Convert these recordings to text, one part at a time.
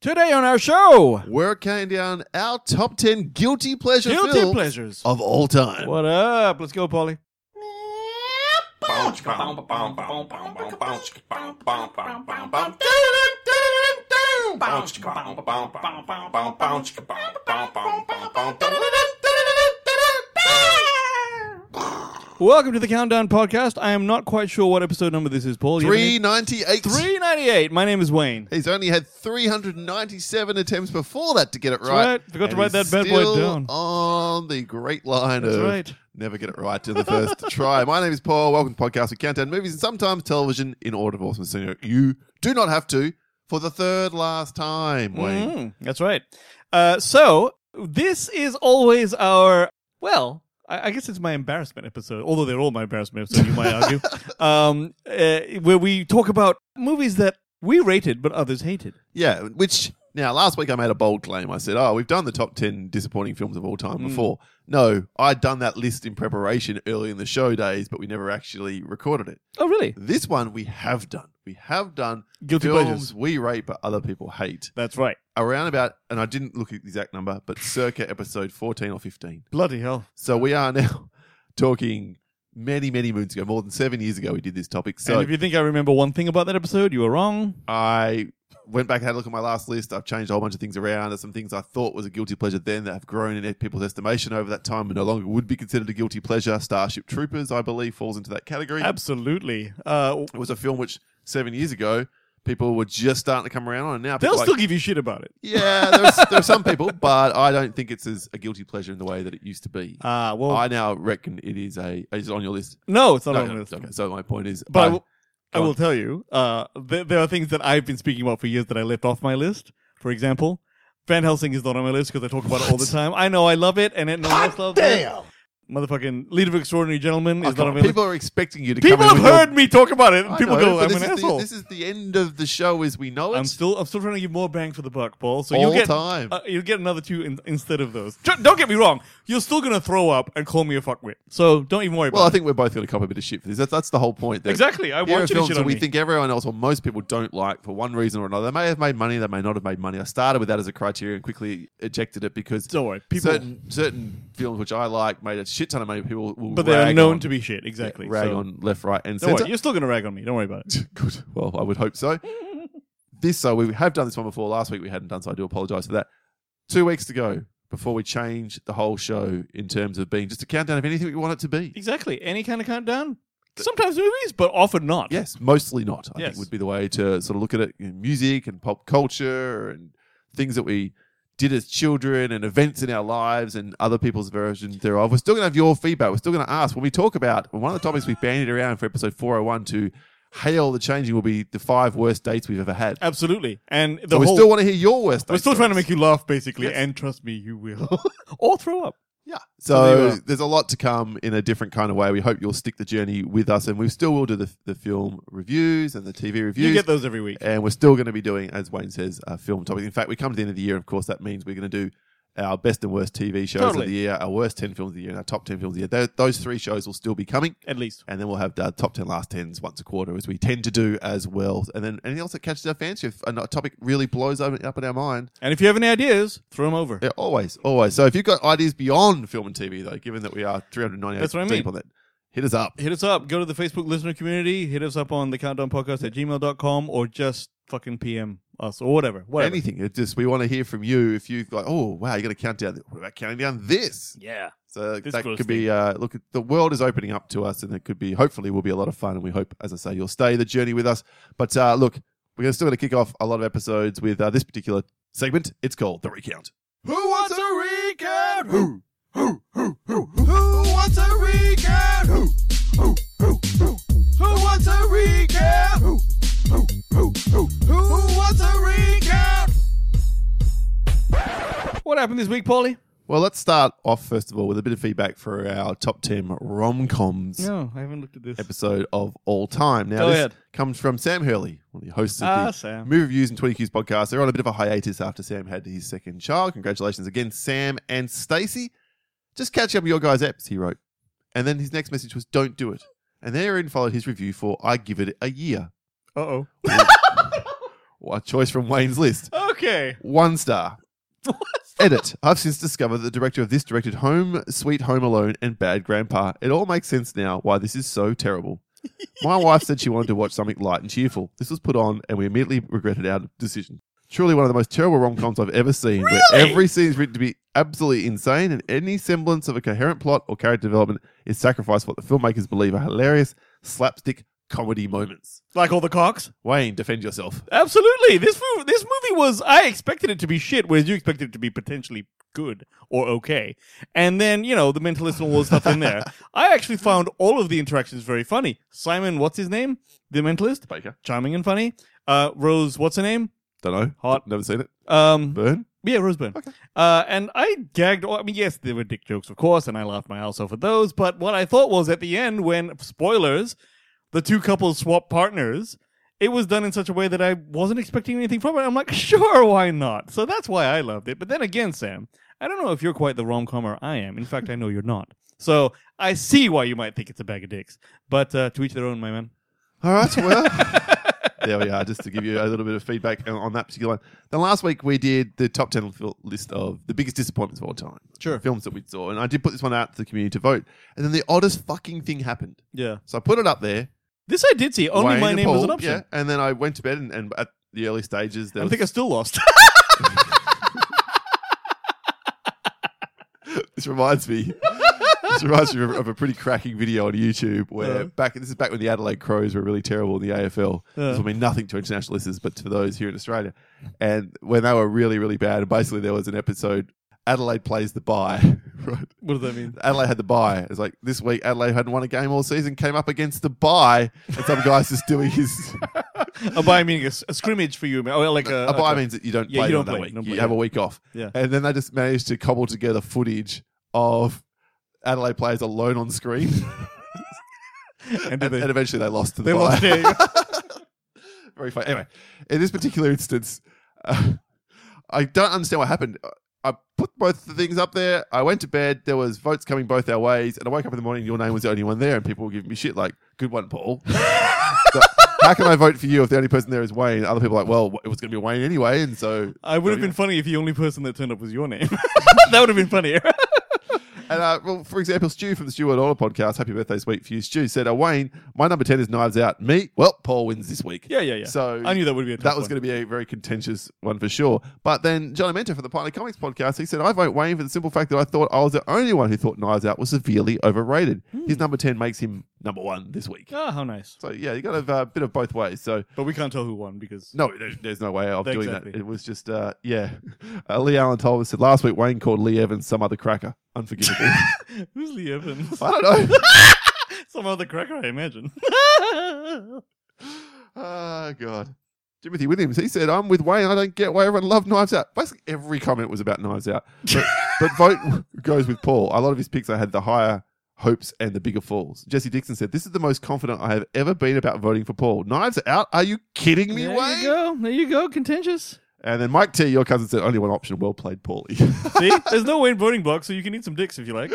Today on our show, We're counting down our top 10 guilty pleasure guilty films Oh. pleasures. of all time. What up? Let's go, Polly. Welcome to the Countdown Podcast. I am not quite sure what episode number this is, Paul. You have any- 398. 398. My name is Wayne. He's only had 397 attempts before that to get it right. right. Forgot to And write he's that bad boy still down. On the great line That's of right. never get it right to the first try. My name is Paul. Welcome to Podcast with Countdown Movies and sometimes television in order of awesomeness. So You do not have to for the third last time, Wayne. Mm, that's right. Uh, so this is always our well. I I guess it's my embarrassment episode, although they're all my embarrassment episode, you might argue, um, uh, where we talk about movies that we rated but others hated. Yeah, which now last week I made a bold claim. I said, "Oh, we've done the top ten disappointing films of all time Hmm. before." No, I'd done that list in preparation early in the show days, but we never actually recorded it. Oh, really? This one we have done. We have done Guilty films pleasures. we rate but other people hate. That's right. Around about, and I didn't look at the exact number, but circa episode fourteen or fifteen. Bloody hell. So we are now talking many, many moons ago, more than seven years ago. We did this topic. So and if you think I remember one thing about that episode, you are wrong. I went back and had a look at my last list. I've changed a whole bunch of things around. There's some things I thought was a guilty pleasure then that have grown in people's estimation over that time and no longer would be considered a guilty pleasure. Starship Troopers, I believe, falls into that category. Absolutely. Uh, it was a film which seven years ago people were just starting to come around on, and now they'll people are still like, give you shit about it. yeah, there's, there are some people, but I don't think it's as a guilty pleasure in the way that it used to be. Ah, well, I now reckon it is a. Is it on your list? no, it's not No, on no, this. Okay, so my point is, But I I- will- I Go will on. tell you, uh, th- there are things that I've been speaking about for years that I left off my list. For example, Van Helsing is not on my list because I talk about it all the time. I know I love it, and it no one else loves it. Motherfucking leader of extraordinary gentlemen is Okay, not on my list. people are expecting you to People come in have with your heard me talk about it, and I people know, go, but "I'm this an is the- asshole." this is the end of the show as we know it. I'm still, I'm still trying to give more bang for the buck, Paul. So All you'll get, time. uh, you'll get another two in, instead of those. Ju- Don't get me wrong; you're still gonna throw up and call me a fuckwit. So don't even worry well, I about it. think we're both going to cop a bit of shit for this. That's, that's the whole point. that Exactly, I here want are you to films shit that on we me. think everyone else or most people don't like for one reason or another. They may have made money, they may not have made money. I started with that as a criteria and quickly ejected it because Don't worry, people, certain certain films which I like made a shit ton of money. People will but they are rag known on- to be shit. Exactly. rag so- on left, right, and Don't centre. worry, you're still gonna rag on me. Don't worry about it. Good. Well, I would hope so. this, so we have done this one before. Last week we hadn't done, so I do apologise for that. Two weeks to go before we change the whole show in terms of being just a countdown of anything we want it to be. Exactly. Any kind of countdown. Sometimes movies, but often not. Yes, mostly not. I Yes. think would be the way to sort of look at it. You know, music and pop culture and things that we did as children and events in our lives and other people's versions thereof. We're still going to have your feedback. We're still going to ask when we talk about one of the topics we bandied around for episode 401 to hail the changing will be the five worst dates we've ever had. Absolutely. And the So we whole still want to hear your worst. we're date still trying to stories. make you laugh basically, Yes. and trust me, you will. or throw up. Yeah. So there So you are. there's a lot to come in a different kind of way. We hope you'll stick the journey with us, and we still will do the, the film reviews and the TV reviews. You get those every week. and we're still going to be doing, as Wayne says, a film topic. In fact, we come to the end of the year, and of course, that means we're going to do our best and worst TV shows Totally. of the year, our worst 10 films of the year, and our top 10 films of the year. Tho- those three shows will still be coming, At least. and then we'll have the top 10 last 10s once a quarter, as we tend to do as well. And then anything else that catches our fancy, if a topic really blows up up in our mind, And if you have any ideas, throw them over. yeah, always, always. So if you've got ideas beyond film and TV, though, given that we are 398 That's what I mean. deep on that, hit us up. Hit us up. Go to the Facebook listener community. Hit us up on the countdown podcast at gmail.com or just fucking PM us or whatever. Whatever. Anything. It just we want to hear from you. If you've got, oh wow, you got to count down. What about counting down this? yeah. So This that gross could be. Uh, look, the world is opening up to us, and it could be. Hopefully, will be a lot of fun, and we hope, as I say, you'll stay the journey with us. But uh, look, we're still going to kick off a lot of episodes with uh, this particular segment. It's called the recount. Who wants a recount? Who? Who? Who? Who? Who wants a recount? Who? Who? Who? Who? Who wants a recount? Who? Who? Who? Who? Who wants a recount? What happened this week, Paulie? Well, let's start off first of all with a bit of feedback for our top ten rom coms. No, I haven't looked at this. episode of all time. Now, Go this ahead. comes from Sam Hurley, one of the hosts of Ah, the Sam. Movie Reviews and 20Qs podcast. They're on a bit of a hiatus after Sam had his second child. Congratulations again, Sam and Stacey. Just catch up with your guys' apps, he wrote. And then his next message was, don't do it. And therein followed his review for I Give It a Year. Uh oh. A choice from Wayne's list. Okay. One star. Edit. I've since discovered the director of this directed Home, Sweet Home Alone, and Bad Grandpa. It all makes sense now why this is so terrible. My wife said she wanted to watch something light and cheerful. This was put on, and we immediately regretted our decision. Truly one of the most terrible rom coms I've ever seen, where Really? every scene is written to be absolutely insane, and any semblance of a coherent plot or character development is sacrificed for what the filmmakers believe are hilarious slapstick comedy moments. Like all the cocks? Wayne, defend yourself. Absolutely. This movie, this movie was. I expected it to be shit, whereas you expected it to be potentially good or okay. And then you know the mentalist and all the stuff in there. I actually found all of the interactions very funny. Simon, what's his name? The mentalist, Baker. charming and funny. Uh, Rose, what's her name? Don't know. Hot. Never seen it. Um, Burn. yeah, Roseburn. Uh, and I gagged. I mean, yes, there were dick jokes, of course, and I laughed my ass off at those. But what I thought was at the end, when spoilers, the two couples swap partners, it was done in such a way that I wasn't expecting anything from it. I'm like, sure, why not? So that's why I loved it. But then again, Sam, I don't know if you're quite the rom comer I am. In fact, I know you're not. So I see why you might think it's a bag of dicks. But uh, to each their own, my man. All right, well, there we are, just to give you a little bit of feedback on, on that particular one. Then last week we did the top 10 fil- list of the biggest disappointments of all time. Sure. Films that we saw. And I did put this one out to the community to vote. And then the oddest fucking thing happened. Yeah. So I put it up there. This I did see. Only Wayne my and name was an Paul, option. Yeah. And then I went to bed and, and at the early stages, there I was, think I still lost. this reminds me. this reminds me of, of a pretty cracking video on YouTube where Uh. back this is back when the Adelaide Crows were really terrible in the AFL. Uh-huh. This will mean nothing to international listeners, but to those here in Australia. And when they were really, really bad, and basically there was an episode Adelaide plays the bye. Right? what does that mean? Adelaide had the bye. It's like this week Adelaide hadn't won a game all season, came up against the bye, and some guy's just doing his a bye meaning a, s- a scrimmage for you, or like a, a bye means that you don't Yeah, play you on don't that play, week. don't you play, have a yeah. week off. Yeah. And then they just managed to cobble together footage of Adelaide players alone on screen. And and, did they- and eventually they lost to the They bye. lost it. Very funny. Anyway, in this particular instance, uh, I don't understand what happened. I put both the things up there. I went to bed. There was votes coming both our ways, and I woke up in the morning. Your name was the only one there, and people were giving me shit like, "Good one, Paul." So, how can I vote for you if the only person there is Wayne? Other people are like, "Well, it was going to be Wayne anyway," and so I would have been funny if the only person that turned up was your name. that would have been funnier. And uh, well, for example, Stu from the Stuart Order podcast, happy birthday this week for you, Stu, said, uh, Wayne, my number 10 is Knives Out. Me, well, Paul wins this week. yeah, yeah, yeah. So I knew that would be a tough That was going to be a very contentious one for sure. But then Johnny Mentor from the Partner Comics podcast, he said, I vote Wayne for the simple fact that I thought I was the only one who thought Knives Out was severely overrated. His number 10 makes him number one this week. Oh, how nice. So yeah, you got to have a bit of both ways. So But we can't tell who won because no, there- there's no way of doing that. Exactly. It was just, uh, yeah. Uh, Lee Allen Tolliver said last week Wayne called Lee Evans some other cracker. Unforgivable. who's Lee Evans? I don't know. Some other cracker, I imagine. oh god. Timothy Williams, he said, I'm with Wayne. I don't get why everyone loved Knives Out. Basically, every comment was about Knives Out. But, but vote goes with Paul. A lot of his picks, I had the higher hopes and the bigger falls. Jesse Dixon said, This is the most confident I have ever been about voting for Paul. Knives Out? Are you kidding me, there Wayne? you go. There you go. Contentious. And then Mike T, your cousin, said, Only one option. Well played, Paulie. See, there's no Wayne voting block, so you can eat some dicks if you like.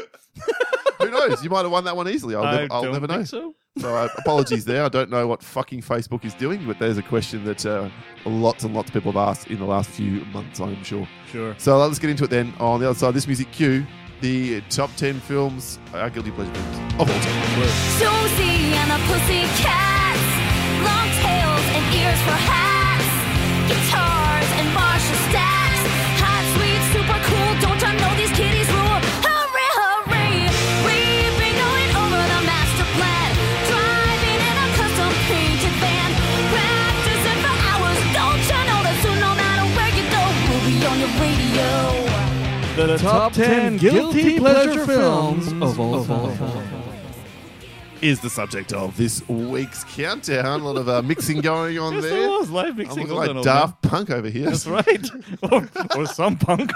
Who knows? You might have won that one easily. I'll, I never, I'll don't never know. think So. So uh, apologies there. I don't know what fucking Facebook is doing, but there's a question that uh, lots and lots of people have asked in the last few months, I'm sure. Sure. So let's get into it then. On the other side of this music cue, the top 10 films, our guilty pleasure films of all time. Susie and the Pussycats. Long tails and ears for hats. Guitars and Marshall stacks. Hot, sweet, super cool. Don't you know these kitties rule? Hurry, hurry. We've been going over the master plan. Driving in a custom painted van. Practicing for hours. Don't you know that soon, no matter where you go, we'll be on your radio. The top, 10 guilty pleasure films Oh, of all time. Is the subject of this week's countdown. A lot of uh, mixing going on Yes, there. there was live I'm mixing. looking Well done, like old man. Daft Punk over here. That's right. or, or some punk.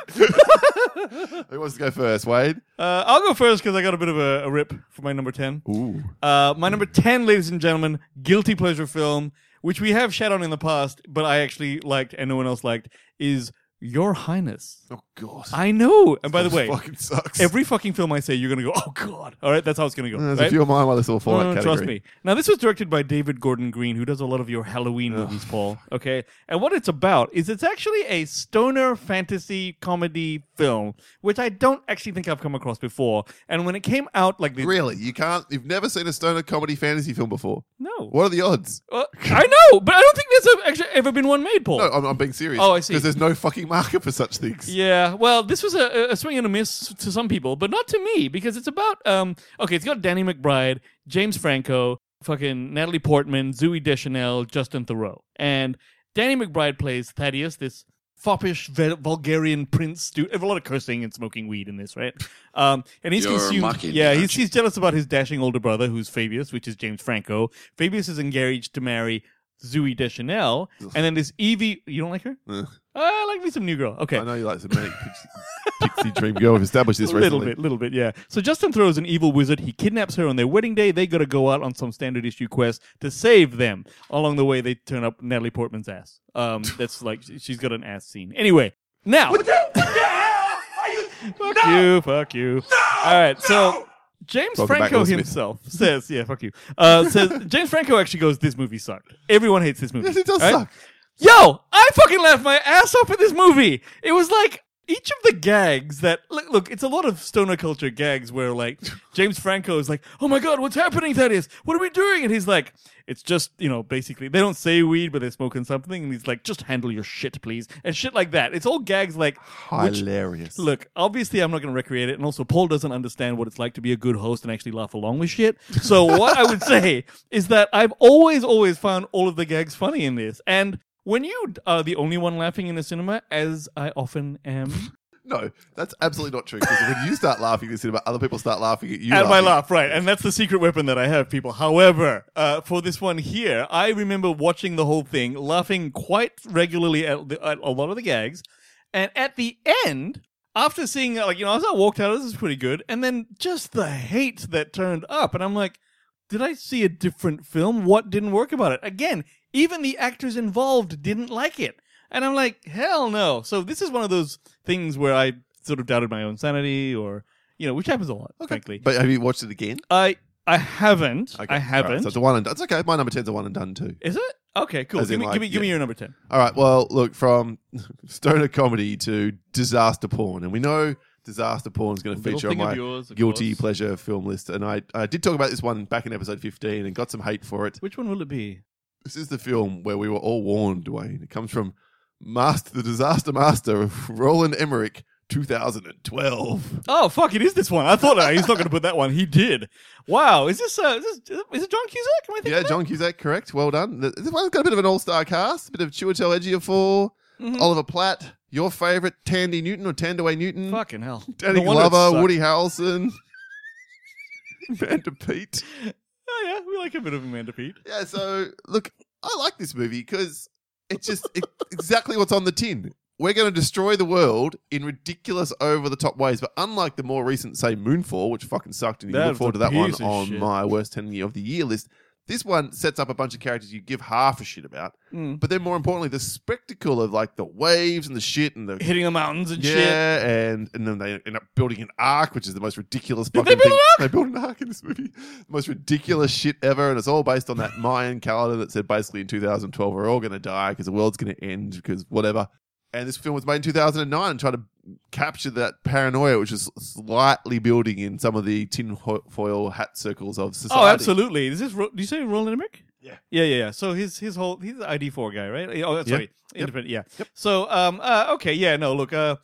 Who wants to go first, Wade? Uh, I'll go first because I got a bit of a, a rip for my number 10. Ooh. Uh, my number 10, ladies and gentlemen, guilty pleasure film, which we have shat on in the past, but I actually liked and no one else liked, is Your Highness. Oh god. I know. And by the way, fucking sucks. every fucking film I say, you're gonna go, oh god. All right, that's how it's gonna go. There's right? a few of mine while this all fall No, out no, category. Uh, Trust me. Now, this was directed by David Gordon Green, who does a lot of your Halloween movies, Paul. Okay. And what it's about is it's actually a stoner fantasy comedy film, which I don't actually think I've come across before. And when it came out, like the. Really, you can't. You've never seen a stoner comedy fantasy film before. No. What are the odds? Uh, I know, but I don't think there's a, actually ever been one made, Paul. No, I'm, I'm being serious. Oh, I see. Because there's no fucking market for such things. Yeah, well, this was a, a swing and a miss to some people, but not to me because it's about um okay, it's got Danny McBride, James Franco, fucking Natalie Portman, Zooey Deschanel, Justin Thoreau, and Danny McBride plays Thaddeus, this foppish Vul- Bulgarian prince. Stu- a lot of cursing and smoking weed in this, right? Um, and he's You're consumed. mocking yeah, me, he's, he's jealous about his dashing older brother, who's Fabius, which is James Franco. Fabius is engaged to marry. Zooey Deschanel, and then this Evie. You don't like her? Eh. I like me some new girl. Okay, I know you like some manic pixie, pixie dream girl. We've established this a little recently. bit, little bit, yeah. So Justin Thoreau is an evil wizard. He kidnaps her on their wedding day. They got to go out on some standard issue quest to save them. Along the way, they turn up Natalie Portman's ass. Um, that's like she's got an ass scene. Anyway, now what the hell are you? Fuck you, fuck you. All right, so. James Welcome back, Franco Will Smith. himself says, "Yeah, fuck you." Uh, says James Franco actually goes, "This movie sucked. Everyone hates this movie. Yes, it does Right? suck. Yo, I fucking laughed my ass off at this movie. It was like each of the gags that look, look it's a lot of stoner culture gags where like James Franco is like, "Oh my god, what's happening? That is, what are we doing?" And he's like, "It's just you know, basically they don't say weed, but they're smoking something." And he's like, "Just handle your shit, please," and shit like that. It's all gags like which Hilarious. Look, obviously, I'm not going to recreate it, and also Paul doesn't understand what it's like to be a good host and actually laugh along with shit. So what I would say is that I've always, always found all of the gags funny in this, and when you are the only one laughing in a cinema, as I often am, No, that's absolutely not true. Because when you start laughing at the cinema, other people start laughing at you. at my laughing. laugh, right, and that's the secret weapon that I have, people. However, uh, for this one here, I remember watching the whole thing, laughing quite regularly at, the, at a lot of the gags, and at the end. after seeing uh, like you know as I walked out, this is pretty good, and then just the hate that turned up, and I'm like, did I see a different film? What didn't work about it? Again, even the actors involved didn't like it, and I'm like, hell no. So this is one of those things where I sort of doubted my own sanity, or you know, which happens a lot, frankly. But have you watched it again? I I haven't, Okay, I all right, haven't. so it's a one and done. It's okay. My number 10's a one and done too. is it okay? Cool. As Give in, me, like, give me, give me yeah. your number ten. All right. Well, look, from stoner comedy to disaster porn. And we know disaster porn is going to Little feature on thing of my yours, of guilty course. pleasure film list. And I, I did talk about this one back in episode 15 and got some hate for it. Which one will it be? This is the film where we were all warned, Dwayne. It comes from Master, the disaster master, Roland Emmerich, 2012. Oh fuck! It is this one. I thought uh, he's not going to put that one. He did. Wow. Is this uh, is this is it John Cusack? Am I thinking Yeah, that? John Cusack, correct. Well done. Th- This one's got a bit of an all-star cast, a bit of Chiwetel Ejiofor, Oliver Platt, your favorite Tandy Newton or Tandaway Newton, Fucking hell. Danny No wonder it Glover, sucked. Woody Harrelson, Amanda Pete. Oh yeah, we like a bit of Amanda Pete. Yeah, so look, I like this movie because it's just it, exactly what's on the tin. We're going to destroy the world in ridiculous, over the top ways. But unlike the more recent, say, Moonfall, which fucking sucked, and you That look was forward a to that one piece of on shit. my worst 10 year of the year list, this one sets up a bunch of characters you give half a shit about. Hmm. But then more importantly, the spectacle of like the waves and the shit and the. Hitting the mountains and shit. Yeah, and and then they end up building an ark, which is the most ridiculous fucking they build thing. an They built an ark in this movie, the most ridiculous shit ever, and it's all based on that Mayan calendar that said basically in 2012 we're all going to die because the world's going to end because whatever. And this film was made in 2009 and tried to capture that paranoia, which is slightly building in some of the tinfoil hat circles of society. Oh, absolutely. Is this? Ro- do you say Roland Emmerich? Yeah. Yeah, yeah, yeah. So his his whole he's the ID four guy, right? Oh, that's Yep. right. Independent. Yeah. So um uh, okay yeah no look uh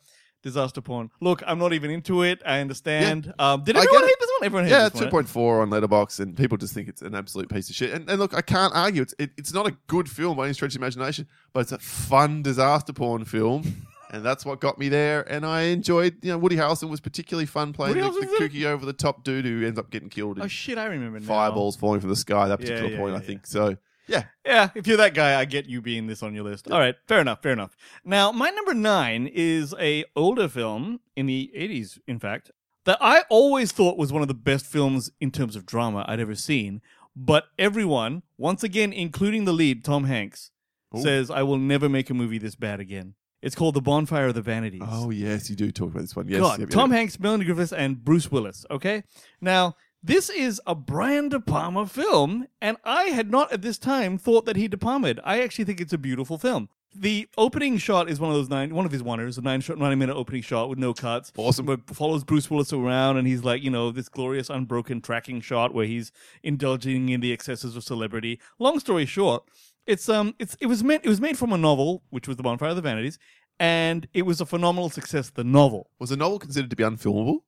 disaster porn. Look, I'm not even into it. I understand. Um, did I everyone get it. hate this one? Everyone hated Yeah, this one. two point four on Letterbox, and people just think it's an absolute piece of shit. And, and look, I can't argue. It's it, it's not a good film by any stretch of the imagination, but it's a fun disaster porn film, and that's what got me there. And I enjoyed. You know, Woody Harrelson was particularly fun playing Woody the, the Harrelson's in kooky over the top dude who ends up getting killed Oh and shit! I remember now. fireballs falling from the sky. That Yeah, particular yeah, point, yeah, I think. So yeah, Yeah, if you're that guy, I get you being this on your list. All right, fair enough, fair enough. Now, my number nine is a older film in the '80s, in fact, that I always thought was one of the best films in terms of drama I'd ever seen. But everyone, once again, including the lead Tom Hanks, Ooh. says I will never make a movie this bad again. It's called The Bonfire of the Vanities. Oh yes, you do talk about this one. Yes, God, yep, yep, Tom yep. Hanks, Melanie Griffiths, and Bruce Willis. Okay, now this is a Brian De Palma film, and I had not at this time thought that he De Palmed. I actually think it's a beautiful film. The opening shot is one of those nine, one of his wonders, a nine shot, ninety minute opening shot with no cuts. Awesome. Where it follows Bruce Willis around, and he's like, you know, this glorious unbroken tracking shot where he's indulging in the excesses of celebrity. Long story short, it's um, it's it was meant it was made from a novel, which was The Bonfire of the Vanities, and it was a phenomenal success. The novel. Was the novel considered to be unfilmable?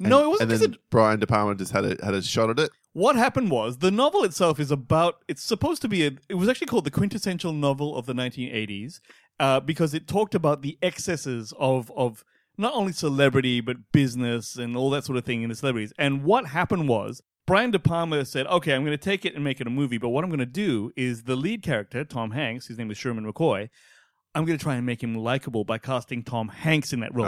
And- No, it wasn't. And then considered- Brian De Palma just had a had a shot at it. What happened was the novel itself is about. It's supposed to be a. It was actually called the quintessential novel of the 1980s, uh, because it talked about the excesses of of not only celebrity but business and all that sort of thing in the celebrities. And what happened was Brian De Palma said, "Okay, I'm going to take it and make it a movie, but what I'm going to do is the lead character, Tom Hanks, his name is Sherman McCoy." I'm going to try and make him likable by casting Tom Hanks in that role.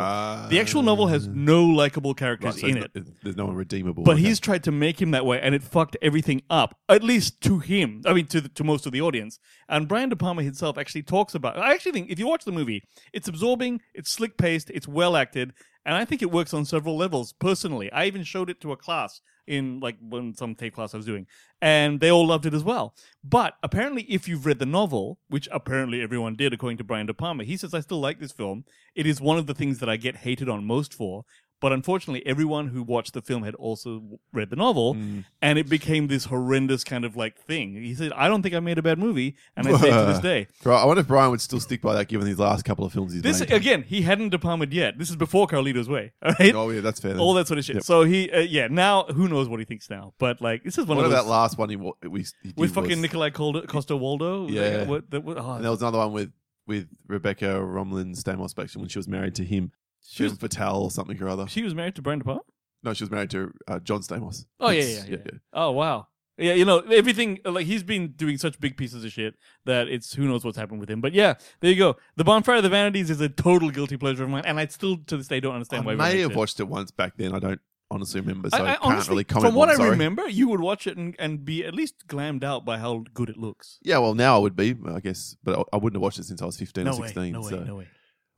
the actual novel has no likable Ah. Right, characters so in it's it. not- there's no one redeemable. But Okay. he's tried to make him that way, and it fucked everything up. At least to him, I mean, to the, to most of the audience. And Brian De Palma himself actually talks about. I actually think if you watch the movie, it's absorbing, it's slick paced, it's well acted, and I think it works on several levels. Personally, I even showed it to a class in like when some tape class I was doing, and they all loved it as well. But apparently, if you've read the novel, which apparently everyone did, according to Brian De Palma, he says I still like this film. It is one of the things that I get hated on most for. But unfortunately, everyone who watched the film had also w- read the novel, Mm. and it became this horrendous kind of like thing. He said, "I don't think I made a bad movie," and I say to this day, Right, I wonder if Brian would still stick by that given these last couple of films he's "This made. again, he hadn't De Palma'd yet. This is before Carlito's Way, all right? oh yeah, that's fair. then. All that sort of shit." So he, uh, yeah, now who knows what he thinks now? But like, this is one What of about those that last one he, wa- we he did with was- fucking Nikolai Calder, Costa Waldo. Yeah. what, that, what, And there oh, was another one with with Rebecca Romlin Stamos Spectrum when she was married to him. She was Patel or something or other. she was married to Brian De Palma. no, she was married to uh, John Stamos. Oh yeah, yeah, Yes. yeah, yeah. Oh wow. Yeah, you know everything. Like he's been doing such big pieces of shit that it's who knows what's happened with him. But yeah, there you go. The Bonfire of the Vanities is a total guilty pleasure of mine, and I still to this day don't understand why. I everyone may hates have it. watched it once back then. I don't honestly remember, so I, I, I can't honestly, really comment. from what on, I sorry. remember, you would watch it and, and be at least glammed out by how good it looks. Yeah, well, now I would be, I guess, but I, I wouldn't have watched it since I was fifteen No or way, sixteen. no way, so. no way.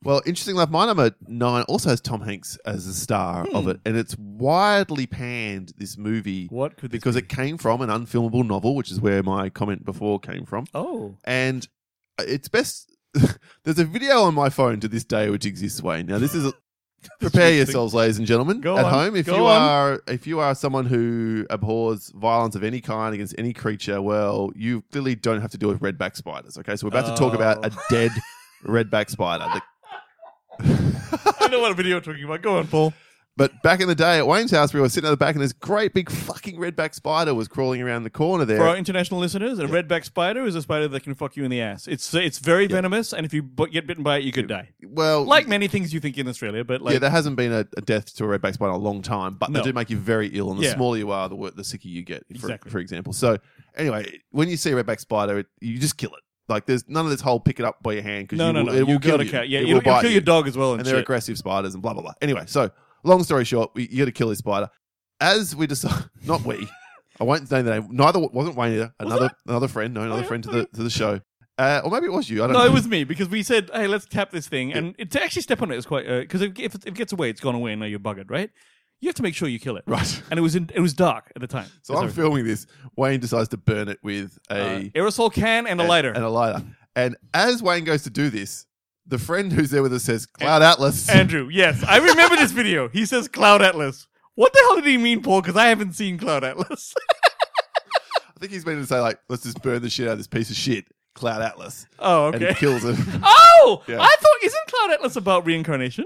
Well, interesting enough, my number nine also has Tom Hanks as the star of it, and it's widely panned. This movie, What could Hmm. this because be? it came from an unfilmable novel, which is where my comment before came from. Oh, and it's best. There's a video on my phone to this day which exists, Wayne. Now this is a, prepare yourselves, ladies and gentlemen, Go at on, home. If go you on. are if you are someone who abhors violence of any kind against any creature, well, you clearly don't have to deal with redback spiders. Okay, so we're about to talk about a Oh. dead redback spider. The- I know what video you're talking about. Go on, Paul. but back in the day at Wayne's house, we were sitting at the back, and this great big fucking redback spider was crawling around the corner there. For our international listeners, a redback spider is a spider that can fuck you in the ass. It's it's very venomous, and if you bu- get bitten by it, you could die. well, like many things you think in Australia, but like yeah, there hasn't been a, a death to a redback spider in a long time, but No. they do make you very ill, and the Yeah. smaller you are, the wor- the sicker you get. For, Exactly. for example. So anyway, when you see a redback spider, it, you just kill it. Like there's none of this whole pick it up by your hand because no, you no, will, no, it will you kill gotta you. cat. Yeah, It you'll, will you'll bite kill you. your dog as well, and, and they're shit. aggressive spiders and blah blah blah. Anyway, so long story short, we, you got to kill this spider. As we decide, not we. I won't name the name. Neither wasn't Wayne either. Another another friend, no, Oh, another yeah, friend to the to the show, uh, or maybe it was you. I don't No, know. it was me because we said, "Hey, let's tap this thing," and it, to actually step on it is quite because if, if it- if it gets away, it's gone away, and now you're buggered, right? You have to make sure you kill it, Right. And it was in, it was dark at the time, So I'm filming this. Wayne decides to burn it with a. Uh, aerosol can and a and- lighter, And a lighter. And as Wayne goes to do this, the friend who's there with us says, Cloud Atlas. Andrew. Yes, I remember this video. He says Cloud Atlas. What the hell did he mean, Paul? Because I haven't seen Cloud Atlas. I think he's meaning to say, like, let's just burn the shit out of this piece of shit, Cloud Atlas. oh, And he okay. kills him. Oh, Yeah. I thought isn't Cloud Atlas about reincarnation?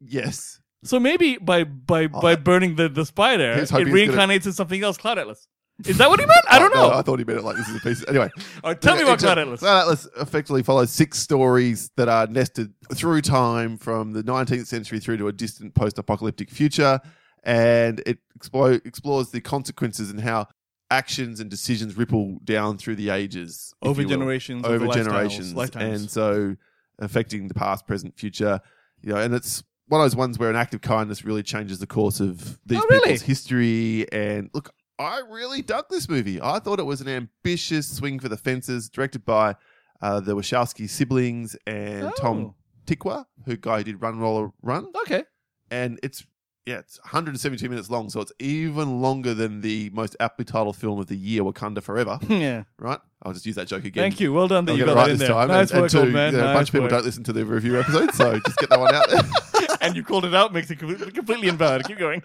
yes. So maybe by Oh, by by burning the, the spider, Here's it hoping it's reincarnates gonna- as something else, Cloud Atlas. Is that what he meant? I don't No, know. I thought he meant it like this is a piece. Anyway. Or tell me about Inter- Cloud Atlas. Cloud Atlas effectively follows six stories that are nested through time from the 19th century through to a distant post apocalyptic future. And it explo- explores the consequences and how actions and decisions ripple down through the ages. if Over you will. generations, over lifestyles, generations. lifetimes. And so affecting the past, present, future. You know, and it's one of those ones where an act of kindness really changes the course of these Oh, really? people's history. And look, I really dug this movie. I thought it was an ambitious swing for the fences, directed by uh, the Wachowski siblings and Oh. Tom Tikwa, who guy who did Run Roller Run, Okay. and it's yeah, it's 172 minutes long, so it's even longer than the most aptly titled film of the year, Wakanda Forever. yeah. right? I'll just use that joke again. Thank you. Well done that I'll you get it got right that in this there. time. Nice and, work, and two, old man. you know, a nice bunch of people work. don't listen to the review episode, so just get that one out there. and you called it out makes it com- completely invalid. Keep going.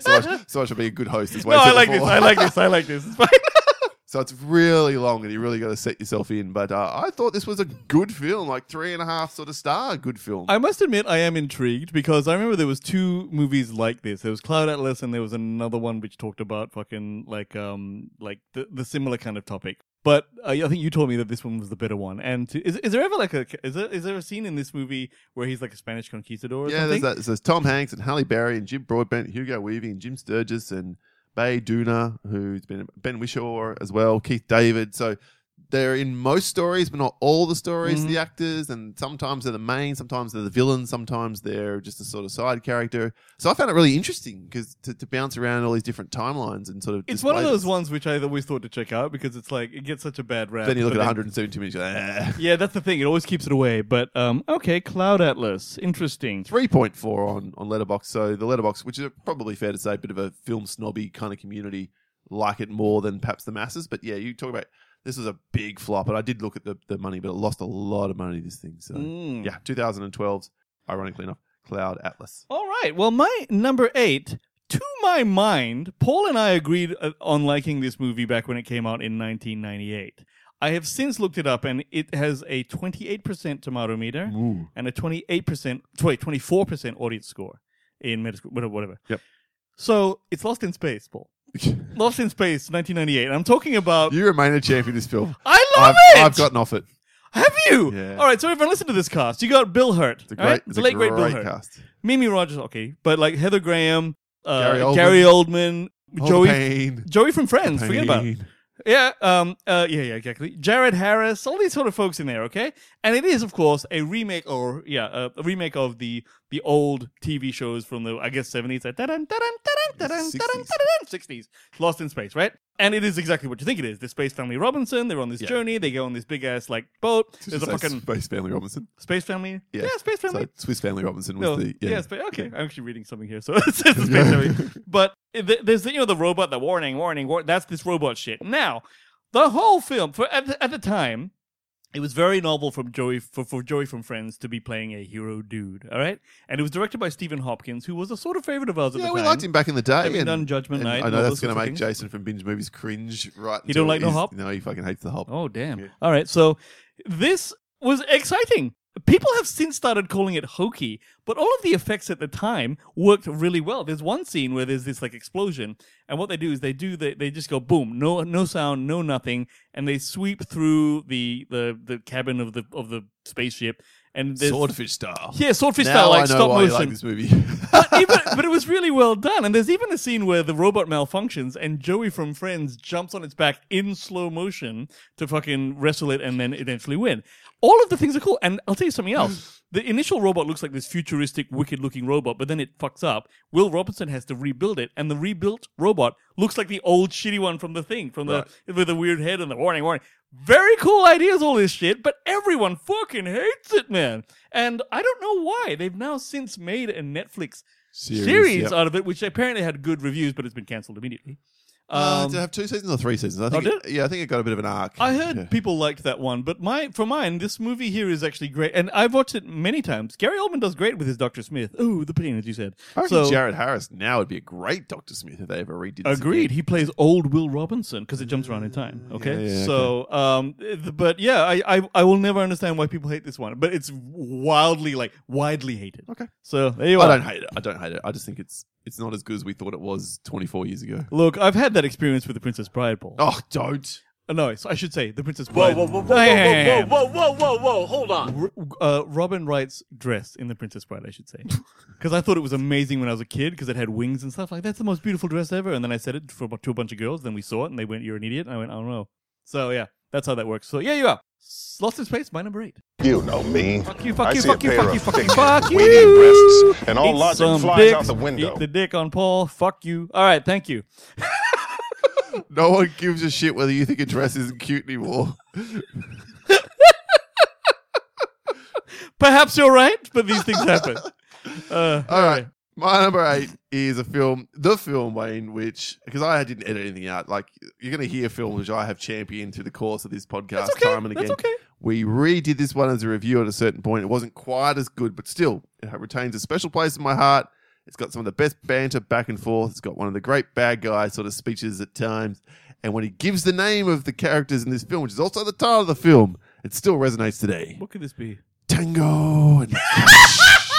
so, I, sh- so I should be a good host as no, well. I like this. I like this. I like this. It's fine. So it's really long, and you really got to set yourself in. But uh, I thought this was a good film, like three and a half sort of star good film. I must admit I am intrigued because I remember there was two movies like this. There was Cloud Atlas and there was another one which talked about fucking like um like the, the similar kind of topic. But uh, I think you told me that this one was the better one. And to, is is there ever like a is there is there a scene in this movie where he's like a Spanish conquistador? Or yeah, something? there's that. There's Tom Hanks and Halle Berry and Jim Broadbent, Hugo Weaving, and Jim Sturgis and Bay Duna, who's been Ben Wishaw as well, Keith David. So they're in most stories, but not all the stories. Mhm. The actors, and sometimes they're the main, sometimes they're the villain, sometimes they're just a sort of side character. So I found it really interesting because to, to bounce around all these different timelines and sort of It's display one of those this. ones which I always thought to check out because it's like it gets such a bad rap. Then you look but at 172 minutes. you're like, "Ah." Yeah, that's the thing. It always keeps it away. But um, okay, Cloud Atlas, interesting. 3.4 on on Letterbox. So the Letterbox, which is probably fair to say, a bit of a film snobby kind of community, like it more than perhaps the masses. But yeah, you talk about this was a big flop, and I did look at the, the money, but it lost a lot of money. This thing, so Mm. yeah, 2012's ironically enough, Cloud Atlas. All right. Well, my number eight, to my mind, Paul and I agreed uh, on liking this movie back when it came out in 1998. I have since looked it up, and it has a 28% tomato meter Mm-hmm. and a 28%, wait, 24% audience score in Metascore, whatever. whatever. Yep. So it's Lost in Space, Paul. Lost in Space, 1998. I'm talking about. you remain a champion of this film. I love I've, it. I've gotten off it. Have you? Yeah. All right. So everyone, listen to this cast. You got Bill Hurt, It's a all great, right? it's the a late great, great Bill Hurt. cast. Mimi Rogers, okay, but like Heather Graham, uh, Gary Gary Oldman. Oldman, Oh, the Joey, pain. Joey from Friends. The Forget about it. pain. Yeah, um, uh, yeah, yeah, exactly. Jared Harris, all these sort of folks in there, okay. And it is, of course, a remake or yeah, uh, a remake of the the old TV shows from the I guess seventies, sixties, Lost in Space, right? And it is exactly what you think it is. The space family Robinson, they're on this Yeah. journey, they go on this big ass like boat. Did There's you a say fucking Space Family Robinson. space family. Yeah. Yeah, space So family. Swiss Family Robinson was No, the yeah. yes, but okay. I'm actually reading something here, so it's, it's basically. but th- there's the, you know the robot, the warning, warning, war- that's this robot shit. Now, the whole film for at the, at the time, it was very novel from Joey for, for Joey from Friends to be playing a hero dude. All right, and it was directed by Stephen Hopkins, who was a sort of favorite of ours at Yeah, the time. we liked him back in the day. Having done Judgment and Night I and know all that's those going to sorts of make things. Jason from Binge Movies cringe right He don't until like no he's- hop? No, he fucking hates the hop. Oh damn! Yeah. All right, so this was exciting. People have since started calling it hokey, but all of the effects at the time worked really well. There's one scene where there's this like explosion, and what they do is they do they, they just go boom, no no sound, no nothing, and they sweep through the the, the cabin of the of the spaceship, and there's Swordfish style. yeah swordfish now style like I know stop why you motion like this movie. but, even, but it was really well done. And there's even a scene where the robot malfunctions and Joey from Friends jumps on its back in slow motion to fucking wrestle it and then eventually win. All of the things are cool. And I'll tell you something else. The initial robot looks like this futuristic, wicked looking robot, but then it fucks up. Will Robinson has to rebuild it, and the rebuilt robot looks like the old shitty one from the thing, from the with the weird head and the warning, warning. Very cool ideas, all this shit, but everyone fucking hates it, man. And I don't know why. They've now since made a Netflix series, yep. out of it, which apparently had good reviews, but it's been cancelled immediately. Uh, Um, did it have two seasons or three seasons? I think. did it, yeah, I think it got a bit of an arc. I heard Yeah. people liked that one, but my for mine, this movie here is actually great, and I've watched it many times. Gary Oldman does great with his Doctor Smith. Ooh, the pain, as you said. I reckon So Jared Harris now would be a great Doctor Smith if they ever redid. this agreed, again. he plays old Will Robinson because it jumps around in time. Okay, yeah, so um, th- but yeah, I, I I will never understand why people hate this one, but it's wildly like widely hated. Okay. so there you I are. don't hate it. I don't hate it. I just think it's it's not as good as we thought it was 24 years ago. Look, I've had that experience with the Princess Bride, Paul. Oh, don't. Uh, no, so I should say the Princess Whoa, Bride. whoa, whoa, whoa, whoa, whoa, whoa, whoa, whoa, whoa, hold on. R- uh, Robin Wright's dress in The Princess Bride, I should say. Because I thought it was amazing when I was a kid because it had wings and stuff. Like, that's the most beautiful dress ever. And then I said it for, to a bunch of girls. Then we saw it and they went, You're an idiot. And I went, I don't know. So, yeah, that's how that works. So, yeah, you are. S- Lost in Space, my number eight. You know me. Fuck you, fuck I you, see fuck a you, pair fuck of you, fuck you, thick, fuck you. weedy breasts, and all Eat logic some flies dicks, out the window. Eat the dick on Paul. Fuck you. All right, thank you. No one gives a shit whether you think a dress isn't cute anymore. Perhaps you're right, but these things happen. Uh, All right. My number eight is a film, the film, Wayne, which, because I didn't edit anything out. Like, you're going to hear films which I have championed through the course of this podcast That's okay. time and again. That's okay. We redid this one as a review at a certain point. It wasn't quite as good, but still, it retains a special place in my heart. It's got some of the best banter back and forth. It's got one of the great bad guy sort of speeches at times. And when he gives the name of the characters in this film, which is also the title of the film, it still resonates today. what could this be? Tango and Cash.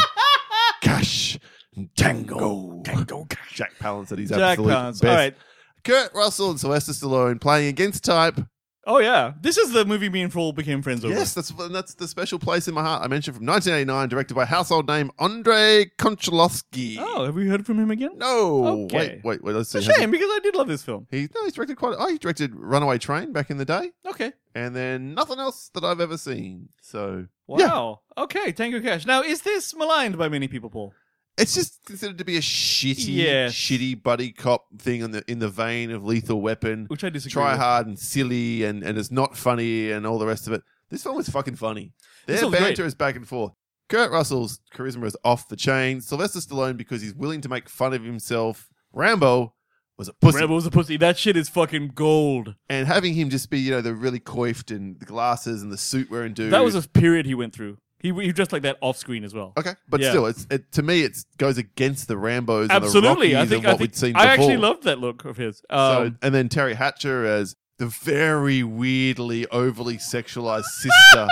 cash and Tango. Tango Cash. Jack Palance at his Jack absolute Palance. best. All right. Kurt Russell and Sylvester Stallone playing against type. Oh yeah, this is the movie me and Frol became friends over. Yes, that's and that's the special place in my heart I mentioned from 1989, directed by household name Andre Konchalovsky. Oh, have we heard from him again? no! Okay. Wait, wait, wait. Let's see. It's a shame because I did love this film. He no, he's directed quite. Oh, he directed Runaway Train back in the day, Okay. and then nothing else that I've ever seen. So Wow. Okay, Tango Cash. Now, is this maligned by many people, Paul? It's just considered to be a shitty, Yes. shitty buddy cop thing in the in the vein of Lethal Weapon. Which I disagree. Try with. hard and silly, and and it's not funny, and all the rest of it. This film was fucking funny. This Their one's great. banter is back and forth. Kurt Russell's charisma is off the chain. Sylvester Stallone, because he's willing to make fun of himself. Rambo was a pussy, Rebel's a pussy. That shit is fucking gold. and having him just be you know the really coiffed and the glasses and the suit wearing dude. That was a period he went through. He, he dressed like that off screen as well. Okay, but Yeah. still, it's it, to me, it goes against the Rambo's Absolutely. I and the Rockies think and what I think we'd seen I before. actually loved that look of his. Um, so, and then Terry Hatcher as the very weirdly overly sexualized sister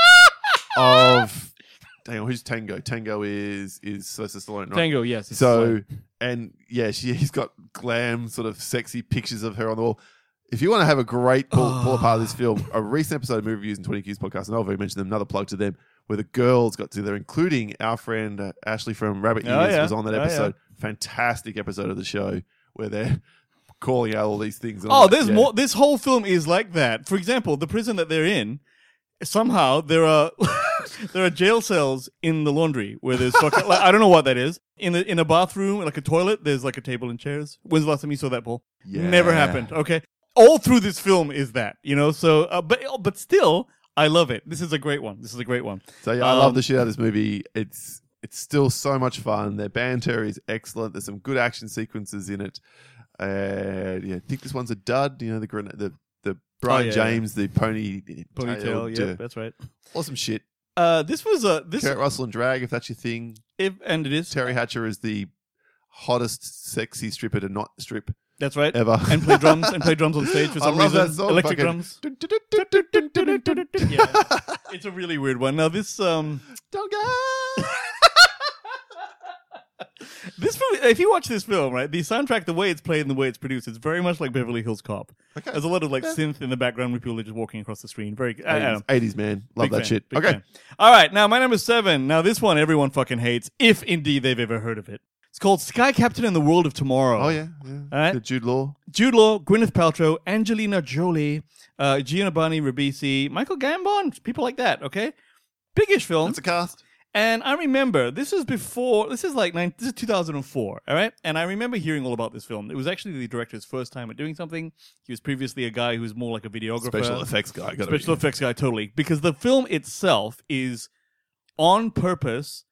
of hang on, who's Tango? Tango is is Sylvester Stallone, right? Tango, yes. it's So like- and yeah, she he's got glam sort of sexy pictures of her on the wall. If you want to have a great pull, pull apart Oh. of this film, a recent episode of Movie Reviews and 20 Qs podcast, and I've already mentioned them, another plug to them, where the girls got together, including our friend uh, Ashley from Rabbit Ears Oh, yeah. was on that Oh, yeah. episode. Fantastic episode of the show where they're calling out all these things. and I'm oh, like, there's yeah. more. This whole film is like that. For example, the prison that they're in. Somehow there are there are jail cells in the laundry where there's fucking like, I don't know what that is in the, in a bathroom like a toilet. There's like a table and chairs. When's the last time you saw that, Paul? Yeah. Never happened. Okay, all through this film is that you know. So, uh, but but still, I love it. This is a great one. This is a great one. So yeah, I love Um, the shit out of this movie. It's it's still so much fun. Their banter is excellent. There's some good action sequences in it. And yeah, I think this one's a dud. You know the grenade, the the Brian Oh, yeah, James, the pony Ponytail, tailed, yeah, uh, that's right. awesome shit. Uh, this was a this Kurt Russell and drag, if that's your thing. if and it is Terry Hatcher is the hottest, sexy stripper to not strip that's right. ever. And play drums and play drums on stage for I some love reason. that song. Electric fucking- drums. yeah. It's a really weird one. Now this um Don't this film, if you watch this film, right, the soundtrack, the way it's played and the way it's produced, it's very much like Beverly Hills Cop. Okay. There's a lot of like synth in the background with people are just walking across the screen. Very I, I don't know. go. Eighties man, love Big that fan, shit. big okay, fan. All right. Now, my number seven. Now, this one everyone fucking hates, if indeed they've ever heard of it. It's called Sky Captain and the World of Tomorrow. oh yeah, yeah. All right. The Jude Law. Jude Law, Gwyneth Paltrow, Angelina Jolie, uh, Giovanni Ribisi, Michael Gambon, people like that, okay? Biggish film. That's a cast. And I remember this is before this is like nine, this is 2004, all right. And I remember hearing all about this film. It was actually the director's first time at doing something. He was previously a guy who was more like a videographer, Special effects guy. Gotta special effects guy, totally. Because the film itself is on purpose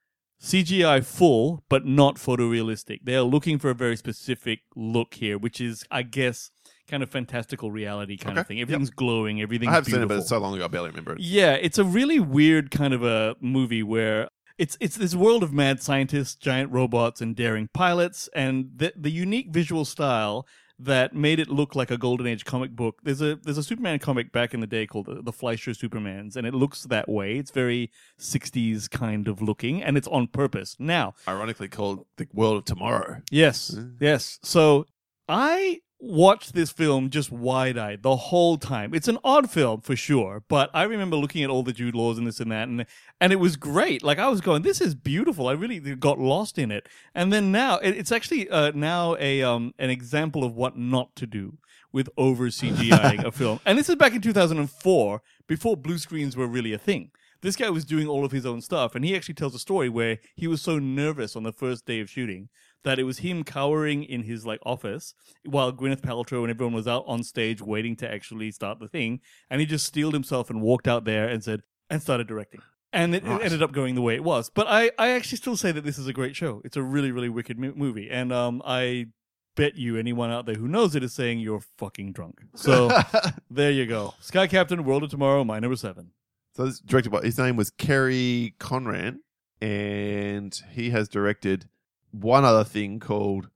CGI full, but not photorealistic. They are looking for a very specific look here, which is, I guess, kind of fantastical reality kind of Okay. thing. Everything's glowing. Everything's I have seen it, beautiful. but it's so long ago, I barely remember it. Yeah, it's a really weird kind of a movie where it's it's this world of mad scientists, giant robots, and daring pilots, and the the unique visual style that made it look like a golden age comic book. There's a there's a Superman comic back in the day called the, the Fleischer Supermans, and it looks that way. It's very 60s kind of looking, and it's on purpose. Now, Ironically called The World of Tomorrow. Yes. Yes. So I watched this film just wide eyed the whole time. It's an odd film for sure, but I remember looking at all the Jude Laws and this and that, and and it was great. Like I was going, this is beautiful. I really got lost in it. And then now it, it's actually uh, now a um an example of what not to do with over CGIing a film. And this is back in 2004, before blue screens were really a thing. This guy was doing all of his own stuff, and he actually tells a story where he was so nervous on the first day of shooting that it was him cowering in his like office while Gwyneth Paltrow and everyone was out on stage waiting to actually start the thing, and he just steeled himself and walked out there and said and started directing. and it, it Right. ended up going the way it was. But I, I actually still say that this is a great show. It's a really, really wicked mo- movie, and um, I bet you anyone out there who knows it is saying you're fucking drunk. So there you go, Sky Captain, World of Tomorrow, my number seven. So this is directed by his name was Kerry Conran, and he has directed one other thing called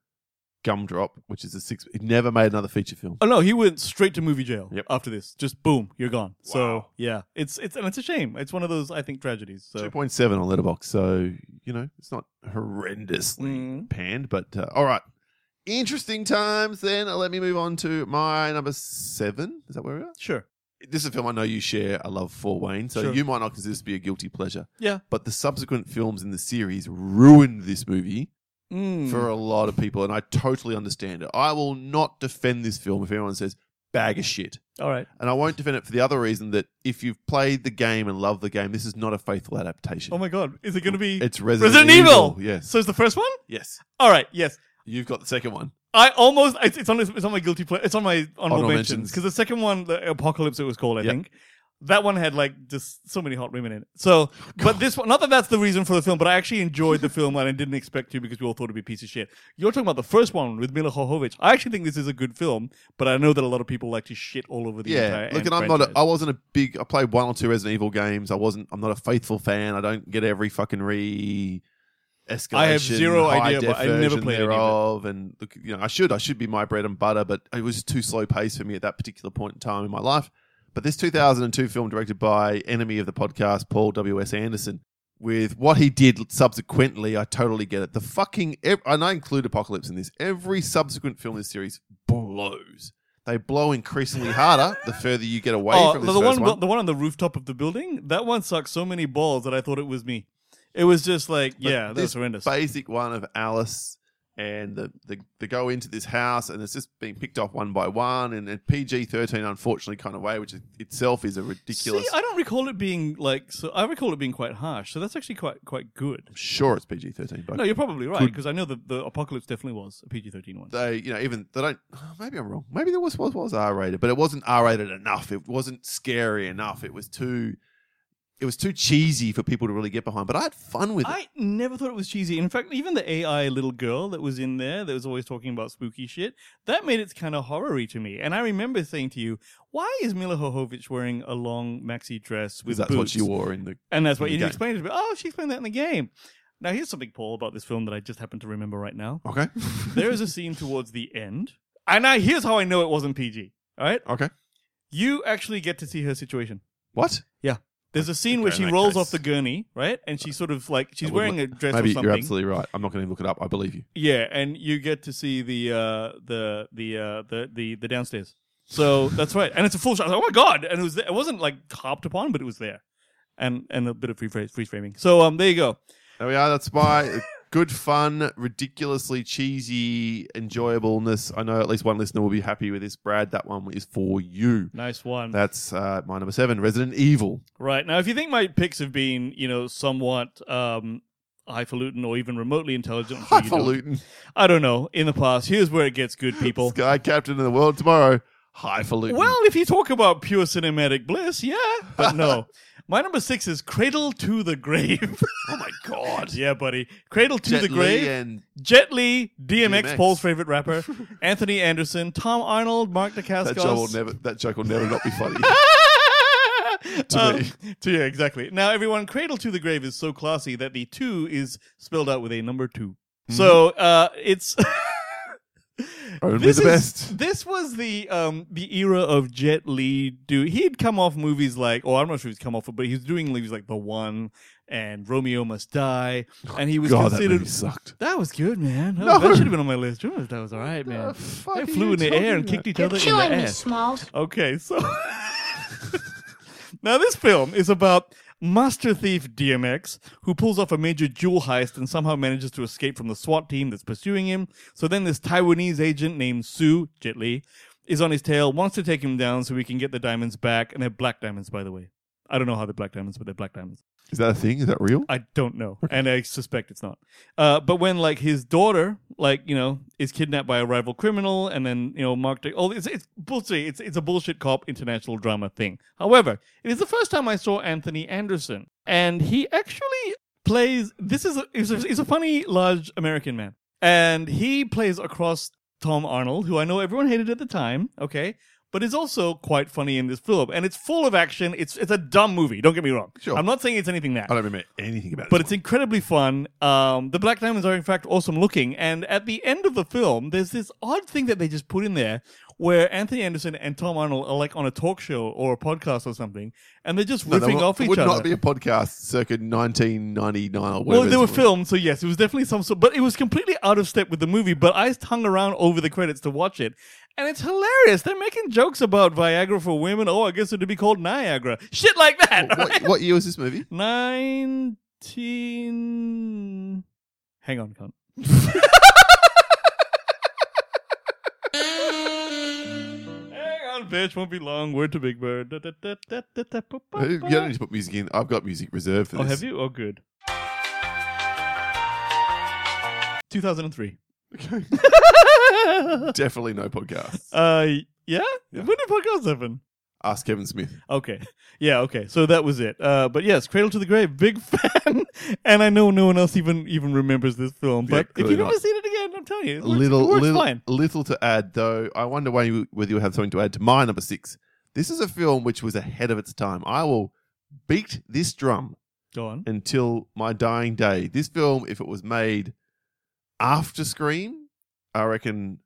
Gumdrop, which is a six. He never made another feature film. Oh no, he went straight to movie jail Yep. after this. Just boom, you're gone. So Wow. yeah, it's it's and it's a shame. It's one of those I think tragedies. So Two point seven on Letterbox, so you know it's not horrendously Mm. panned, but uh, all right. Interesting times. Then uh, let me move on to my number seven. Is that where we are? sure, This is a film I know you share a love for, Wayne. So Sure. you might not consider this to be a guilty pleasure, yeah. but the subsequent films in the series ruined this movie Mm. for a lot of people, and I totally understand it. I will not defend this film if anyone says bag of shit. All right. And I won't defend it for the other reason that if you've played the game and love the game, this is not a faithful adaptation. Oh my god, is it going to be it's Resident, Yes. So it's the first one. yes. All right. Yes. You've got the second one. I almost it's, it's on it's on my guilty play it's on my honorable Honorable mentions mentions. because the second one the apocalypse it was called I Yep. think that one had like just so many hot women in it so Oh, but this one not that that's the reason for the film but I actually enjoyed the film and I didn't expect to because we all thought it'd be a piece of shit you're talking about the first one with Mila Jovovich I actually think this is a good film but I know that a lot of people like to shit all over the Yeah. entire Look, Ant and I'm not. A, franchise. I wasn't a big. I played one or two Resident Evil games. I wasn't. I'm not a faithful fan. I don't get every fucking re. Escalation, I have zero high idea, def but I never version played any of it. thereof, and look, you know, I should, I should be my bread and butter, but it was too slow paced for me at that particular point in time in my life. But this 2002 film, directed by enemy of the podcast Paul W S Anderson, with what he did subsequently, I totally get it. The fucking ev- and I include Apocalypse in this. Every subsequent film in this series blows. They blow increasingly harder the further you get away Oh, from the, this the first one, one. the one on the rooftop of the building that one sucked so many balls that I thought it was me it was just like But yeah that this was horrendous Basic one of Alice and the, the they go into this house and it's just being picked off one by one and, and PG thirteen unfortunately kind of way, which is, itself is a ridiculous. See, I don't recall it being like so. I recall it being quite harsh. So that's actually quite quite good. I'm sure it's PG thirteen, but No, you're probably right because I know the the apocalypse definitely was a PG-13 one. they you know even they don't. oh, Maybe I'm wrong. Maybe there was was was R rated, but it wasn't R rated enough. It wasn't scary enough. It was too. It was too cheesy for people to really get behind, but I had fun with it. I never thought it was cheesy. In fact, even the AI little girl that was in there that was always talking about spooky shit, that made it kind of horror-y to me. And I remember saying to you, why is Mila Hohovich wearing a long maxi dress with Because that's boots? what she wore in the. And that's what in the you game. explained to me. Oh, she explained that in the game. Now, here's something, Paul, about this film that I just happened to remember right now. Okay. there is a scene towards the end, and I here's how I know it wasn't PG. All right, okay. you actually get to see her situation. What? There's a scene Okay, where in she that rolls case. off the gurney, right, and she's sort of like she's would wearing a look- dress Maybe or something. you're absolutely right. I'm not going to look it up. I believe you. Yeah, and you get to see the uh, the the uh, the the the downstairs. So that's right, and it's a full shot. I was like, oh my god! And it was there. it wasn't like harped upon, but it was there, and and a bit of free phrase, freeze framing. So um, there you go. There we are. That's my good fun, ridiculously cheesy enjoyableness. I know at least one listener will be happy with this. Brad, that one is for you. Nice one. That's uh, my number seven, Resident Evil. Right. Now, if you think my picks have been, you know, somewhat um, highfalutin or even remotely intelligent, I'm sure you don't. Highfalutin. I don't know, in the past, here's where it gets good, people. Sky Captain of the World Tomorrow. Highfalutin. Well, if you talk about pure cinematic bliss, yeah, but no. my number six is Cradle to the Grave. oh my God. yeah, buddy. Cradle to Jet the Li Grave. And Jet Li, DMX, DMX. Paul's favorite rapper, Anthony Anderson, Tom Arnold, Mark that, joke will Dacascos. never, that joke will never not be funny. to me. Um, To, yeah, exactly. Now, everyone, Cradle to the Grave is so classy that the two is spelled out with a number 2 Mm-hmm. So uh, it's. Only This the is- best. This was the um the era of Jet Li. Do he'd come off movies like, oh, I'm not sure he's come off, of, but he was doing movies like The One and Romeo Must Die, and he was Oh God, that considered movie sucked. that was good, man. That, No. that should have been on my list. That was all right, man. fuck they are flew you in the talking air and about? kicked each other in the killing me, ass. Smalls. Okay, so now this film is about master thief DMX who pulls off a major jewel heist and somehow manages to escape from the SWAT team that's pursuing him. So then this Taiwanese agent named Sue Jet Li is on his tail, wants to take him down so we can get the diamonds back, and they're black diamonds, by the way. I don't know how they're black diamonds, but they're black diamonds. Is that a thing? Is that real? I don't know, and I suspect it's not. Uh, but when like his daughter, like you know, is kidnapped by a rival criminal, and then you know, Mark. Dick- oh, it's it's bullshit. It's it's a bullshit cop international drama thing. However, it is the first time I saw Anthony Anderson, and he actually plays. This is a, he's a, he's a funny large American man, and he plays across Tom Arnold, who I know everyone hated at the time. Okay. But is also quite funny in this film, and it's full of action. It's it's a dumb movie. Don't get me wrong. Sure. I'm not saying it's anything that I don't remember anything about but this it's incredibly fun. Um, the Black Diamonds are in fact awesome looking, and at the end of the film, there's this odd thing that they just put in there where Anthony Anderson and Tom Arnold are like on a talk show or a podcast or something, and they're just one. No, riffing there off would each would other. not be a podcast circa 1999 or whatever. well, this they were was. filmed, so yes, it was definitely some sort, but it was completely out of step with the movie. But I hung around over the credits to watch it, and it's hilarious. They're making jokes about Viagra for women. Oh, I guess it'd be called Niagara. Shit like that. right? What, what year was this movie? 19. Hang on, cunt. Hang on, bitch. Won't be long. Word to Big Bird. Da, da, da, da, da, da, ba, ba, You ba. don't need to put music in. I've got music reserved for Oh, this. have you? Oh, good. 2003. Definitely no podcast. uh, yeah? Yeah. When did podcasts happen? Ask Kevin Smith. Okay. Yeah, okay. So that was it. Uh, but yes, Cradle to the Grave, big fan. and I know no one else even even remembers this film, Yeah, but if clearly you've not. never seen it again, I'm telling you, it works, little, it works little, fine. little to add though. I wonder why you, whether you have something to add to my number six. This is a film which was ahead of its time. I will beat this drum Go on. until my dying day. This film, if it was made after Scream, I reckon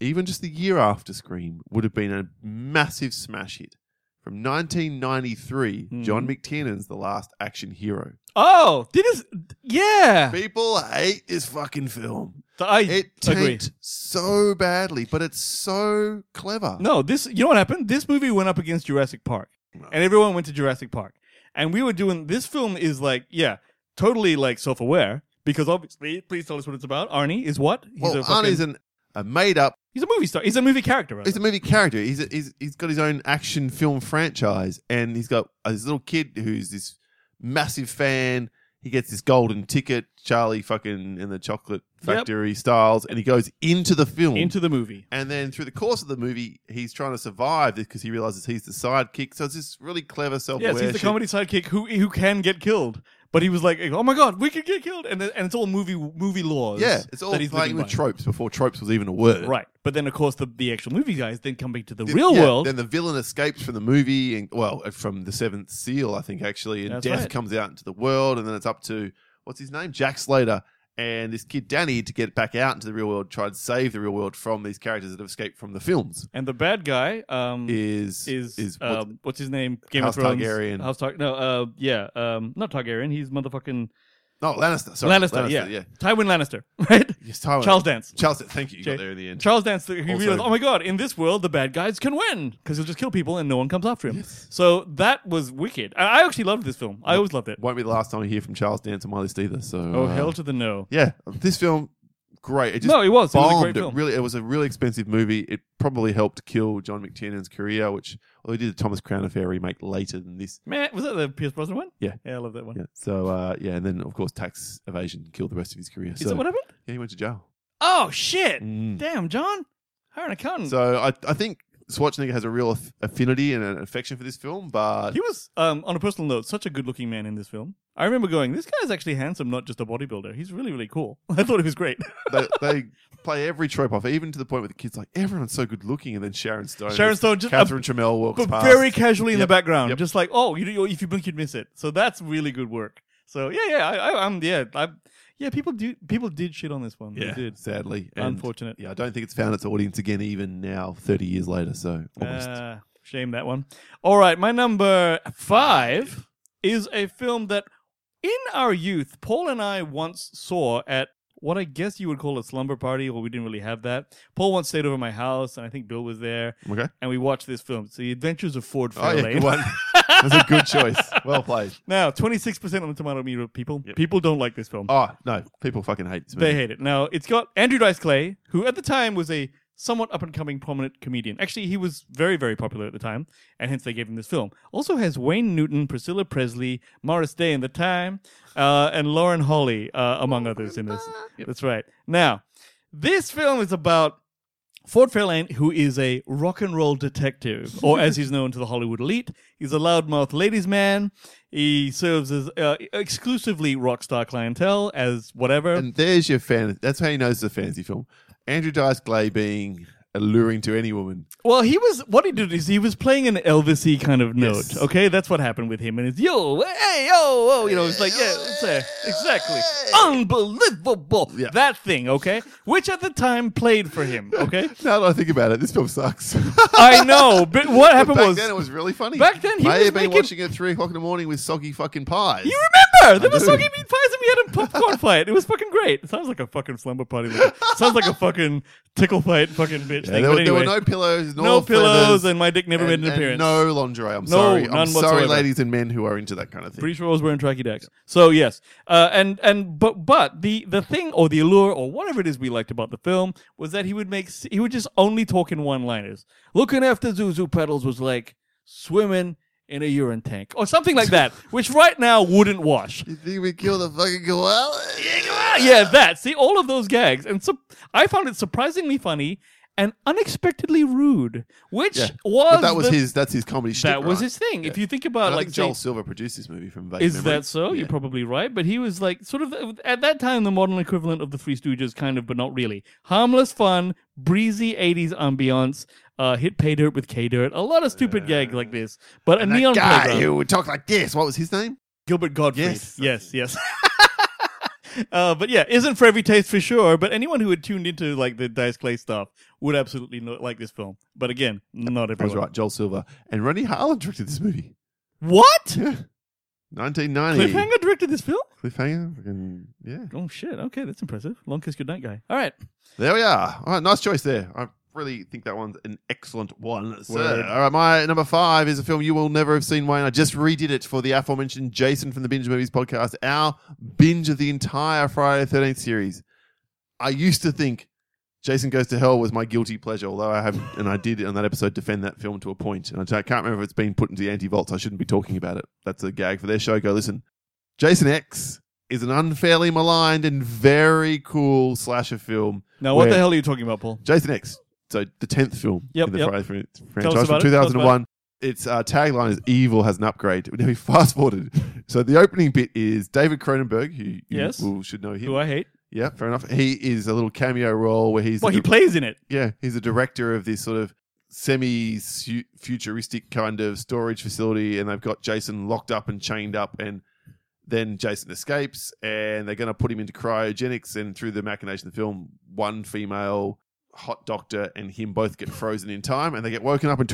even just the year after Scream would have been a massive smash hit. From 1993, Hmm. John McTiernan's The Last Action Hero. Oh, did this? Yeah. People hate this fucking film. I It agree. tanked so badly, but it's so clever. No, this. You know what happened? This movie went up against Jurassic Park, and everyone went to Jurassic Park. And we were doing this film is like, yeah, totally like self-aware because obviously, please tell us what it's about. Arnie is what? He's well, a fucking- Arnie's an, a made up. he's a movie star. He's a movie character. Right? He's a movie character. He's, a, he's he's got his own action film franchise, and he's got this little kid who's this massive fan. He gets this golden ticket, Charlie fucking in the chocolate Yep. factory styles, and he goes into the film. into the movie. and then through the course of the movie, he's trying to survive because he realizes he's the sidekick. So it's this really clever self-aware. Yes, he's the shit. comedy sidekick who who can get killed. But he was like, "Oh my god, we could get killed," and then- and it's all movie movie laws. Yeah, it's all that he's playing living with by. tropes before tropes was even a word. Right, but then of course the, the actual movie guys then come back to the Th- real yeah, world. Then the villain escapes from the movie, and well, uh, from the Seventh Seal, I think actually, and That's death right. comes out into the world, and then it's up to what's his name, Jack Slater, and this kid Danny to get back out into the real world, try and save the real world from these characters that have escaped from the films. and the bad guy um, is Is is, what's- um, what's his name? Game House of Thrones. Targaryen. House Tar- No, uh, yeah, um, not Targaryen. He's motherfucking no oh, Lannister? Oh, Sorry, Lannister, yeah. Tywin Lannister, right? Yes, Tywin. Charles Dance. Charles, thank you. You Ch- got there in the end. Charles Dance, he Also- realized, oh my god, in this world, the bad guys can win because he'll just kill people and no one comes after him. So that was wicked. I I actually loved this film. I always loved it. Won't be the last time I hear from Charles Dance on my list either. So Oh, uh, hell to the no. yeah, this film, great. It just No, it was. It was a bombed. great film. really, it was a really expensive movie. It probably helped kill John McTiernan's career, which although he did a Thomas Crown affair remake later than this. Man, was that the Pierce Brosnan one? Yeah. Yeah, I love that one. Yeah. So uh, yeah, and then of course tax evasion killed the rest of his career. Is so, that what happened? Yeah, he went to jail. Oh, shit. Mm. Damn, John. Hire an accountant. So I, I think Schwarzenegger has a real aff- affinity and an affection for this film, but he was, um, on a personal note, such a good looking man in this film. I remember going, this guy's actually handsome, not just a bodybuilder. He's really, really cool. I thought he was great. they, they play every trope off, even to the point where the kids like everyone's so good looking, and then Sharon Stone, Sharon Stone just- Oh, Catherine Tremell walks but past. very casually in Yep, the background, yep. just like, oh, you, you, if you blink, you'd miss it. So that's really good work. So yeah, yeah, I, I, I'm yeah, I, yeah. People do people did shit on this one. They yeah, did. sadly, And, Unfortunate. Yeah, I don't think it's found its audience again, even now, thirty years later. So almost. Ah, shame that one. All right, my number five is a film that, in our youth, Paul and I once saw at what I guess you would call a slumber party. Well, we didn't really have that. Paul once stayed over at my house, and I think Bill was there, okay. and we watched this film. It's The Adventures of Ford Oh, yeah, Fairlane. good one. That's a good choice. Well played. Now, 26% on the tomato meter, people. People don't like this film. Oh, no. People fucking hate this movie. they hate it. Now, it's got Andrew Dice Clay, who at the time was a somewhat up and coming prominent comedian. Actually, he was very, very popular at the time, and hence they gave him this film. Also has Wayne Newton, Priscilla Presley, Morris Day in the Time, uh, and Lauren Holly, uh, among others, in this. That's right. Now, this film is about Ford Fairlane, who is a rock and roll detective, or as he's known to the Hollywood elite, he's a loudmouth ladies' man. He serves as uh, exclusively rock star clientele, as whatever. And there's your fan. That's how he knows it's a fantasy film. Andrew Dice Clay being alluring to any woman. Well, he was what he did is he was playing an Elvisy kind of note. Okay, that's what happened with him. And it's yo, hey, yo, oh, you know, it's like yeah, it's, uh, exactly, unbelievable Yeah. that thing. Okay, which at the time played for him. Okay, Now that I think about it, this film sucks. I know, but what happened Back was then, it was really funny. Back then, he may was have been making- watching it at three o'clock in the morning with soggy fucking pies. You remember? There I was do. soggy meat pies and we had a popcorn fight. It was fucking great. It sounds like a fucking slumber party. Like, sounds like a fucking tickle fight fucking bitch Yeah, thing. there, but were, anyway, there were no pillows, nor no pillows, feathers, and my dick never made and- an and appearance. No lingerie. I'm No, sorry. none I'm sorry, whatsoever. ladies and men who are into that kind of thing. Pretty sure I was wearing tracky decks. So yes, uh, and and but but the the thing or the allure or whatever it is we liked about the film was that he would make s- he would just only talk in one liners. Looking after Zuzu pedals was like swimming in a urine tank or something like that, which right now wouldn't wash. you think we kill the fucking koala? yeah, that. See, all of those gags, and so I found it surprisingly funny and unexpectedly rude, which Yeah. was But that was the- his. That's his comedy. that shtick, was right? his thing. If Yeah. you think And about I like think Joel say- Silver produced this movie from vague is memory. that so? Yeah. You're probably right, but he was like sort of at that time the modern equivalent of the Three Stooges, kind of, but not really. Harmless fun, breezy '80s ambiance. Uh, hit pay dirt with K dirt. A lot of stupid gag like this, but a And neon that guy playground. who would talk like this. What was his name? Gilbert Gottfried. Yes. yes, yes. Uh, but yeah, isn't for every taste for sure. But anyone who had tuned into like the Dice Clay stuff would absolutely not like this film. But again, not I was everyone. right. Joel Silver and Ronnie Harlan directed this movie. What? Yeah. 1990. Cliffhanger directed this film? Cliffhanger. Fucking- yeah. Oh shit! Okay, that's impressive. Long kiss, goodnight, guy. All right. There we are. All right, nice choice there. I really think that one's an excellent one, sir. Word. All right, my number five is a film you will never have seen, Wayne. I just redid it for the aforementioned Jason from the Binge Movies podcast, our binge of the entire Friday the 13th series. I used to think Jason Goes to Hell was my guilty pleasure, although I have, and I did on that episode defend that film to a point. And I can't remember if it's been put into the anti vaults. I shouldn't be talking about it. That's a gag for their show. Go listen. Jason X is an unfairly maligned and very cool slasher film. Now, what where the hell are you talking about, Paul? Jason X. So the tenth film Yep, in the yep. Friday fran- us franchise about from it. Tell us about 2001. Its uh, tagline is "Evil has an upgrade." Now we fast forwarded. So the opening bit is David Cronenberg, who you Yes. will, should know him. Who I hate. yeah, fair enough. He is a little cameo role where he's Well, the he plays in it. yeah, he's a director of this sort of semi-futuristic kind of storage facility, and they've got Jason locked up and chained up, and then Jason escapes, and they're going to put him into cryogenics, and through the machination of the film, one female hot doctor and him both get frozen in time, and they get woken up in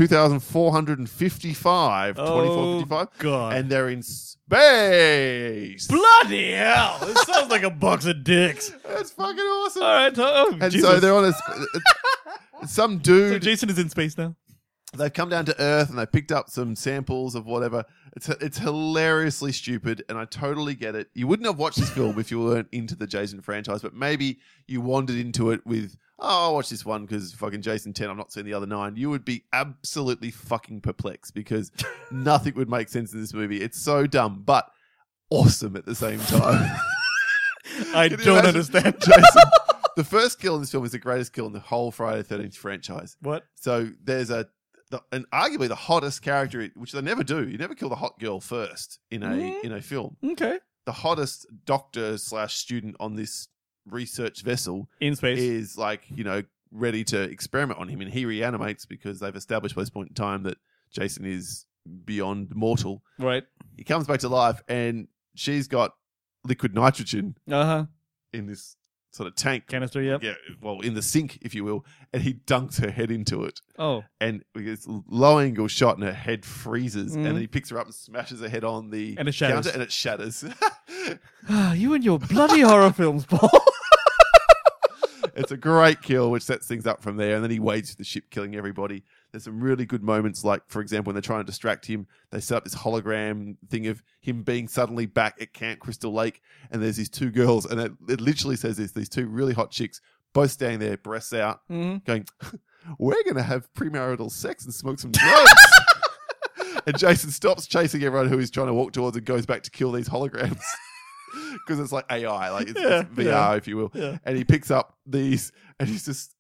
2455, Oh, 2455, God. and they're in space. Bloody hell! This sounds like a box of dicks. That's fucking awesome. All right. Oh, And Jesus. so they're on a. sp- Some dude So Jason is in space now. they've come down to earth and they picked up some samples of whatever. It's it's hilariously stupid, and I totally get it. You wouldn't have watched this film if you weren't into the Jason franchise, but maybe you wandered into it with, oh, I'll watch this one because fucking Jason ten. I've not seen the other nine. You would be absolutely fucking perplexed because nothing would make sense in this movie. It's so dumb, but awesome at the same time. I Can you don't imagine? understand. Jason. The first kill in this film is the greatest kill in the whole Friday the 13th franchise. What? So there's a the, and arguably the hottest character, which they never do. You never kill the hot girl first in a Mhm. in a film. Okay. The hottest doctor slash student on this research vessel In space. is like you know ready to experiment on him, and he reanimates because they've established by this point in time that Jason is beyond mortal. Right. He comes back to life, and she's got liquid nitrogen Uh huh. in this sort of tank. Canister. Yep. yeah, well, in the sink, if you will, and he dunks her head into it Oh. and it's low angle shot and her head freezes Mhm. and then he picks her up and smashes her head on the And it shatters. counter and it shatters. Ah, you and your bloody horror films, Paul. it's a great kill which sets things up from there and then he wades for the ship killing everybody. There's some really good moments like for example when they're trying to distract him they set up this hologram thing of him being suddenly back at Camp Crystal Lake and there's these two girls and it, it literally says this these two really hot chicks both standing there, breasts out, Mhm. going, We're going to have premarital sex and smoke some drugs. and Jason stops chasing everyone who he's trying to walk towards and goes back to kill these holograms. Because it's like AI, like it's, Yeah, it's VR, yeah. if you will. Yeah. And he picks up these, and he's just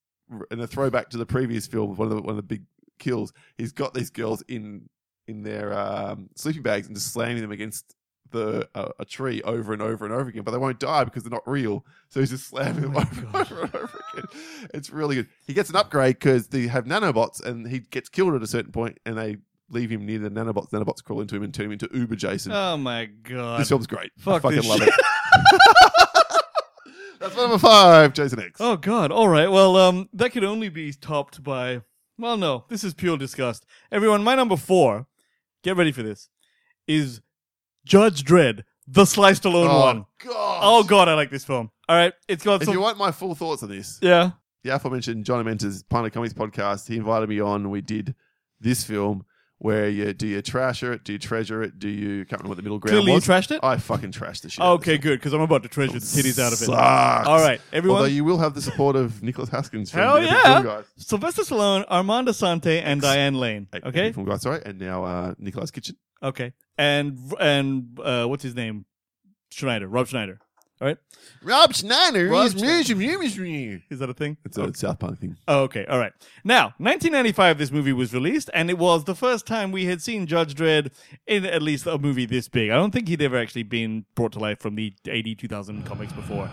in a throwback to the previous film, one of the, one of the big kills. He's got these girls in in their um, sleeping bags and just slamming them against the uh, a tree over and over and over again, but they won't die because they're not real. So he's just slamming them over, and over and over again. It's really good. He gets an upgrade because they have nanobots, and he gets killed at a certain point, and they leave him near the nanobots. Nanobots crawl into him and turn him into Uber Jason. Oh my god. this film's great. Fuck I fucking this love shit. it. That's my number five, Jason X. Oh god. All right. Well, um, that could only be topped by. Well, no. This is pure disgust. Everyone, my number four. Get ready for this. Is Judge Dredd the sliced alone Oh, one? God. Oh god, I like this film. All right, it's got If some. you want my full thoughts on this, yeah. the aforementioned John Amenta's Planet Comics podcast. He invited me on. We did this film where you do you trasher it, do you treasure it, do you can't remember what the middle ground Clearly, you was. trashed it. I fucking trashed the shit. out of okay, this good, because I'm about to treasure the film. titties out of it. Sucks. All right, everyone. Although you will have the support of Nicholas Haskins from Hell the Epic yeah. Film Guys. Sylvester Stallone, Armando Sante, and Ex- Diane Lane. Epic Okay, Film Guys, sorry, and now uh, Nicholas Kitchen. okay, and and uh, what's his name? Schneider, Rob Schneider. All right, Rob Schneider Rob is Schneider. music. is that a thing? It's a South Park thing. Oh, okay, all right. Now, 1995, this movie was released, and it was the first time we had seen Judge Dredd in at least a movie this big. I don't think he'd ever actually been brought to life from the 80, 2000 comics before.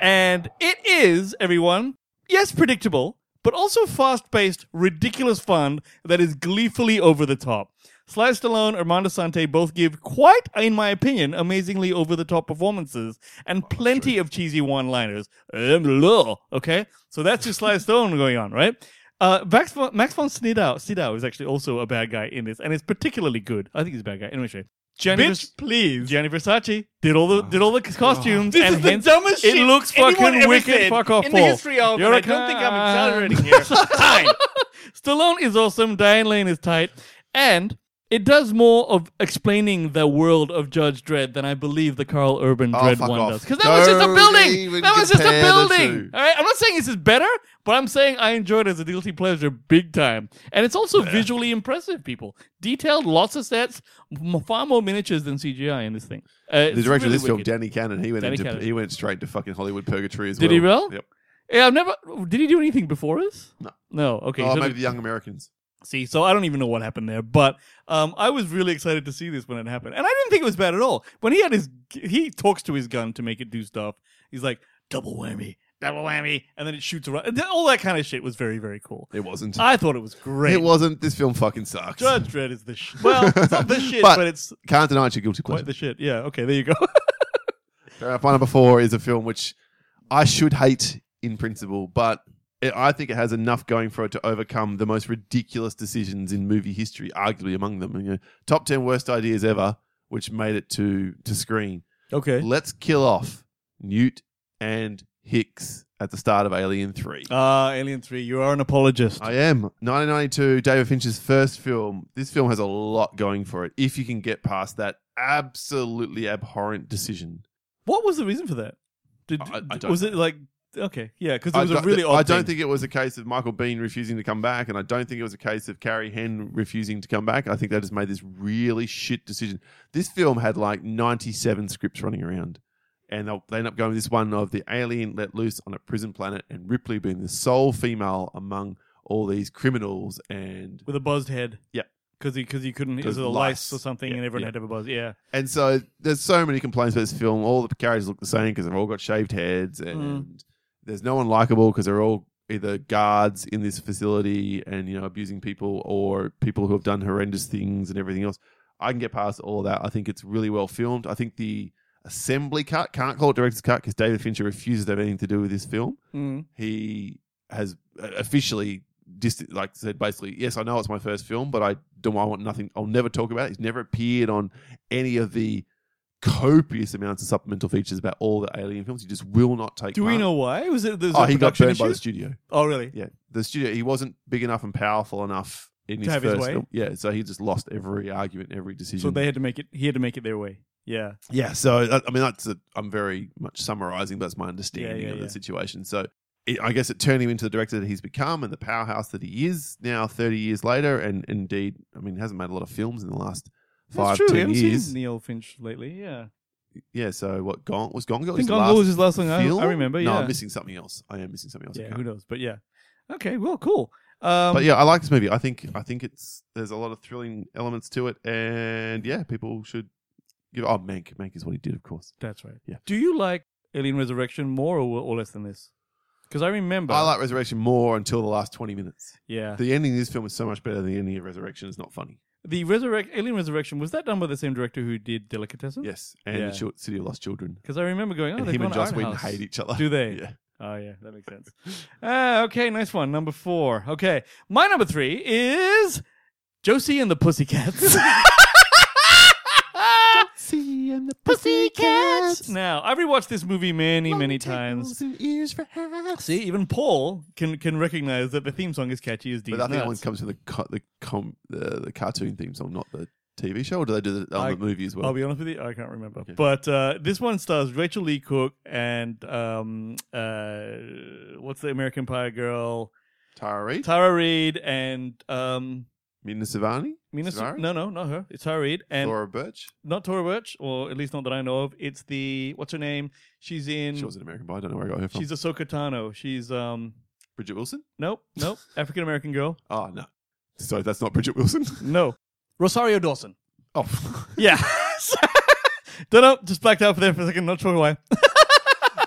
And it is, everyone, yes, predictable, but also fast paced, ridiculous fun that is gleefully over the top. Sly Stallone, Armando Sante both give quite, in my opinion, amazingly over the top performances Oh, and plenty of cheesy one liners. Okay? So that's just Sly Stallone going on, right? Uh, Max von, Max von Sydow, Sydow is actually also a bad guy in this, and it's particularly good. I think he's a bad guy. Anyway, sure. Gianni Bitch, Vers- please. Oh Gianni Versace did all the did all the costumes. This and is the hence dumbest it shit looks anyone fucking ever wicked. said fuck off, in the Paul. history of, You're and a I don't think I'm cunt. exaggerating here. Time. Stallone is awesome. Diane Lane is tight, and it does more of explaining the world of Judge Dredd than I believe the Carl Urban Oh, Dredd fuck one off. does. Because that was just a Don't building. even That was just a compare the building. two. All right. I'm not saying this is better, but I'm saying I enjoyed it as a guilty pleasure big time, and it's also visually impressive. People detailed, lots of sets, m- far more miniatures than CGI in this thing. Uh, The director of this film, wicked. Danny Cannon, he went Danny into, Cannon. he went straight to fucking Hollywood purgatory as Did well. he really? Yep. Yeah, I've never. Did he do anything before us? No. No. Okay. oh, so- maybe the Young Americans. See, so I don't even know what happened there, but um, I was really excited to see this when it happened, and I didn't think it was bad at all. When he had his, he talks to his gun to make it do stuff. He's like double whammy, double whammy, and then it shoots around. and then All that kind of shit was very, very cool. It wasn't. I thought it was great. It wasn't. This film fucking sucks. Judge Dredd is the sh- well, it's not the shit, But- but, it's Can't deny it's your guilty quite pleasure. the shit. Yeah. Okay. There you go. Fair enough. My number four is a film which I should hate in principle, but it, I think it has enough going for it to overcome the most ridiculous decisions in movie history, arguably among them. You know, top ten worst ideas ever, which made it to to screen. okay. Let's kill off Newt and Hicks at the start of Alien Three. Uh Alien Three. You are an apologist. I am. 1992, David Fincher's first film. This film has a lot going for it if you can get past that absolutely abhorrent decision. what was the reason for that? Did I- I don't was it like okay? Yeah, because it I was a don't- really odd. I don't thing. think it was a case of Michael Bean refusing to come back, and I don't think it was a case of Carrie Henn refusing to come back. I think they just made this really shit decision. This film had like 97 scripts running around, and they'll- they end up going with this one of the alien let loose on a prison planet, and Ripley being the sole female among all these criminals and with a buzzed head. Yeah. because he because he couldn't. It was 'Cause a lice, lice. or something, Yeah, and everyone yeah. had to have a buzz. Yeah, And so there's so many complaints about this film. All the characters look the same because they've all got shaved heads, and there's no one likable because they're all either guards in this facility and you know abusing people or people who have done horrendous things and everything else. I can get past all that. I think it's really well filmed. I think the assembly cut can't call it director's cut because David Fincher refuses to have anything to do with this film he has uh, officially dis- like said basically yes i know it's my first film but i don't i want nothing i'll never talk about it he's never appeared on any of the copious amounts of supplemental features about all the alien films he just will not take Do we part. know why? Was it? there's oh a he got production burned by the issue? studio Oh, really? yeah the studio he wasn't big enough and powerful enough in his have his first way? film yeah so he just lost every argument every decision So they had to make it. He had to make it their way. Yeah. yeah, so I I mean that's a, I'm very much summarizing. That's my understanding yeah, of yeah. the situation. So it, I guess it turned him into the director that he's become and the powerhouse that he is now 30 years later. And indeed, I mean, he hasn't made a lot of films in the last That's five, true. I ten haven't years. seen Neil Finch lately. Yeah. Yeah, so what, Gone? Was Gone Girl I think his Gone last Girl was his last thing I, film? I remember. No, yeah. I'm missing something else. I am missing something else. I yeah. can't Who knows? But yeah. Okay. Well, cool. Um, but yeah, I like this movie. I think I think it's there's a lot of thrilling elements to it, and yeah, people should give. Oh, Mank, Mank is what he did, of course. That's right. Yeah. Do you like Alien Resurrection more or, or less than this? Because I remember. I like Resurrection more until the last twenty minutes. Yeah. The, The ending of this film is so much better than the ending of Resurrection. It's not funny. Resurrect Alien Resurrection was that done by the same director who did Delicatessen? Yes, and Yeah. the Chil- City of Lost Children. Because I remember going. Oh, and they've him and gone to Iron Joss Whedon House. hate each other. Do they? Yeah. Oh yeah, that makes sense. Ah, okay, nice one. Number four. Okay, my number three is Josie and the Pussycats. See and the pussycats. now I've rewatched this movie many, many times. Ears for hats. See, even Paul can can recognize that the theme song is catchy as D's But I think that one nuts. comes from the co- the, com- the the cartoon theme song, not the TV show. Or do they do that on I- the movie as well? I'll be honest with you, I can't remember. Okay. But uh, this one stars Rachel Lee Cook and um, uh, what's the American Pie girl? Tara Reid, Tara Reid and um, Mina Savani, Mina. Savary? No, no, not her. It's Tara Reid and Laura Birch. not Tora Birch, or at least not that I know of. It's the what's her name? She's in. She was an American, but I don't know where I got her from. she's Ahsoka Tano. She's um. Bridget Wilson. Nope, nope. African American girl. Oh no, so that's not Bridget Wilson. No. Rosario Dawson. oh, Yeah. Don't know. Just blacked out for there for a second. Not sure why.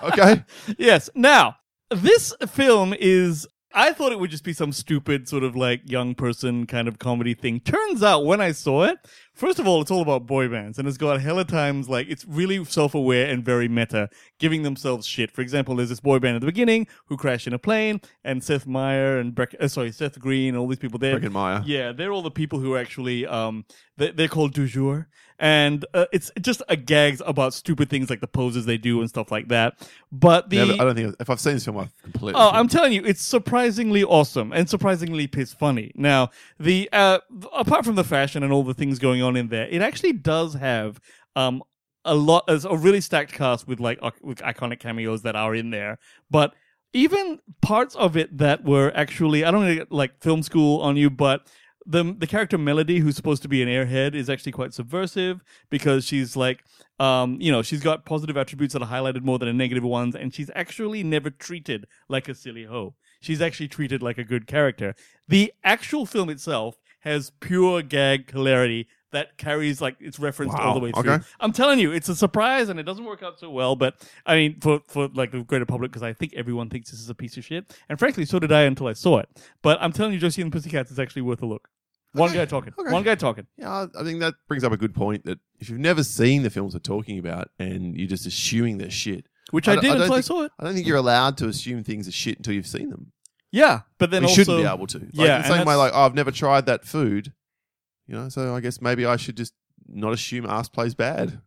okay. yes. Now, this film is. I thought it would just be some stupid sort of like young person kind of comedy thing. Turns out when I saw it, first of all, it's all about boy bands and it's got hella times like it's really self aware and very meta, giving themselves shit. For example, there's this boy band at the beginning who crash in a plane and Seth Meyer and Breck, uh, sorry, Seth Green and all these people there. Breckin Meyer. Yeah, they're all the people who are actually um they, they're called du jour, and uh, it's just a gags about stupid things like the poses they do and stuff like that. But the Never- I don't think I've- if I've seen this film, I've completely. Oh, I'm telling you, it's surprisingly awesome and surprisingly piss funny. Now, the uh, apart from the fashion and all the things going on in there, it actually does have um a lot as a really stacked cast with like arc- with iconic cameos that are in there, but. Even parts of it that were actually I don't want to get like film school on you, but the the character Melody, who's supposed to be an airhead, is actually quite subversive because she's like, um, you know, she's got positive attributes that are highlighted more than the negative ones, and she's actually never treated like a silly hoe. She's actually treated like a good character. The actual film itself has pure gag hilarity that carries like it's referenced all the Wow, way through. okay. I'm telling you, it's a surprise, and it doesn't work out so well. But I mean, for for like the greater public, because I think everyone thinks this is a piece of shit, and frankly, so did I until I saw it. But I'm telling you, Josie and the Pussycats is actually worth a look. One guy talking. okay. One guy talking. Yeah, I think that brings up a good point that if you've never seen the films we're talking about and you're just assuming they're shit, Which I I, don't- did I don't until I think- saw it. I don't think you're allowed to assume things are shit until you've seen them. Yeah, but then you also shouldn't be able to. Like, yeah, in the and same way, that's- like oh, I've never tried that food, you know. So I guess maybe I should just not assume ass plays bad.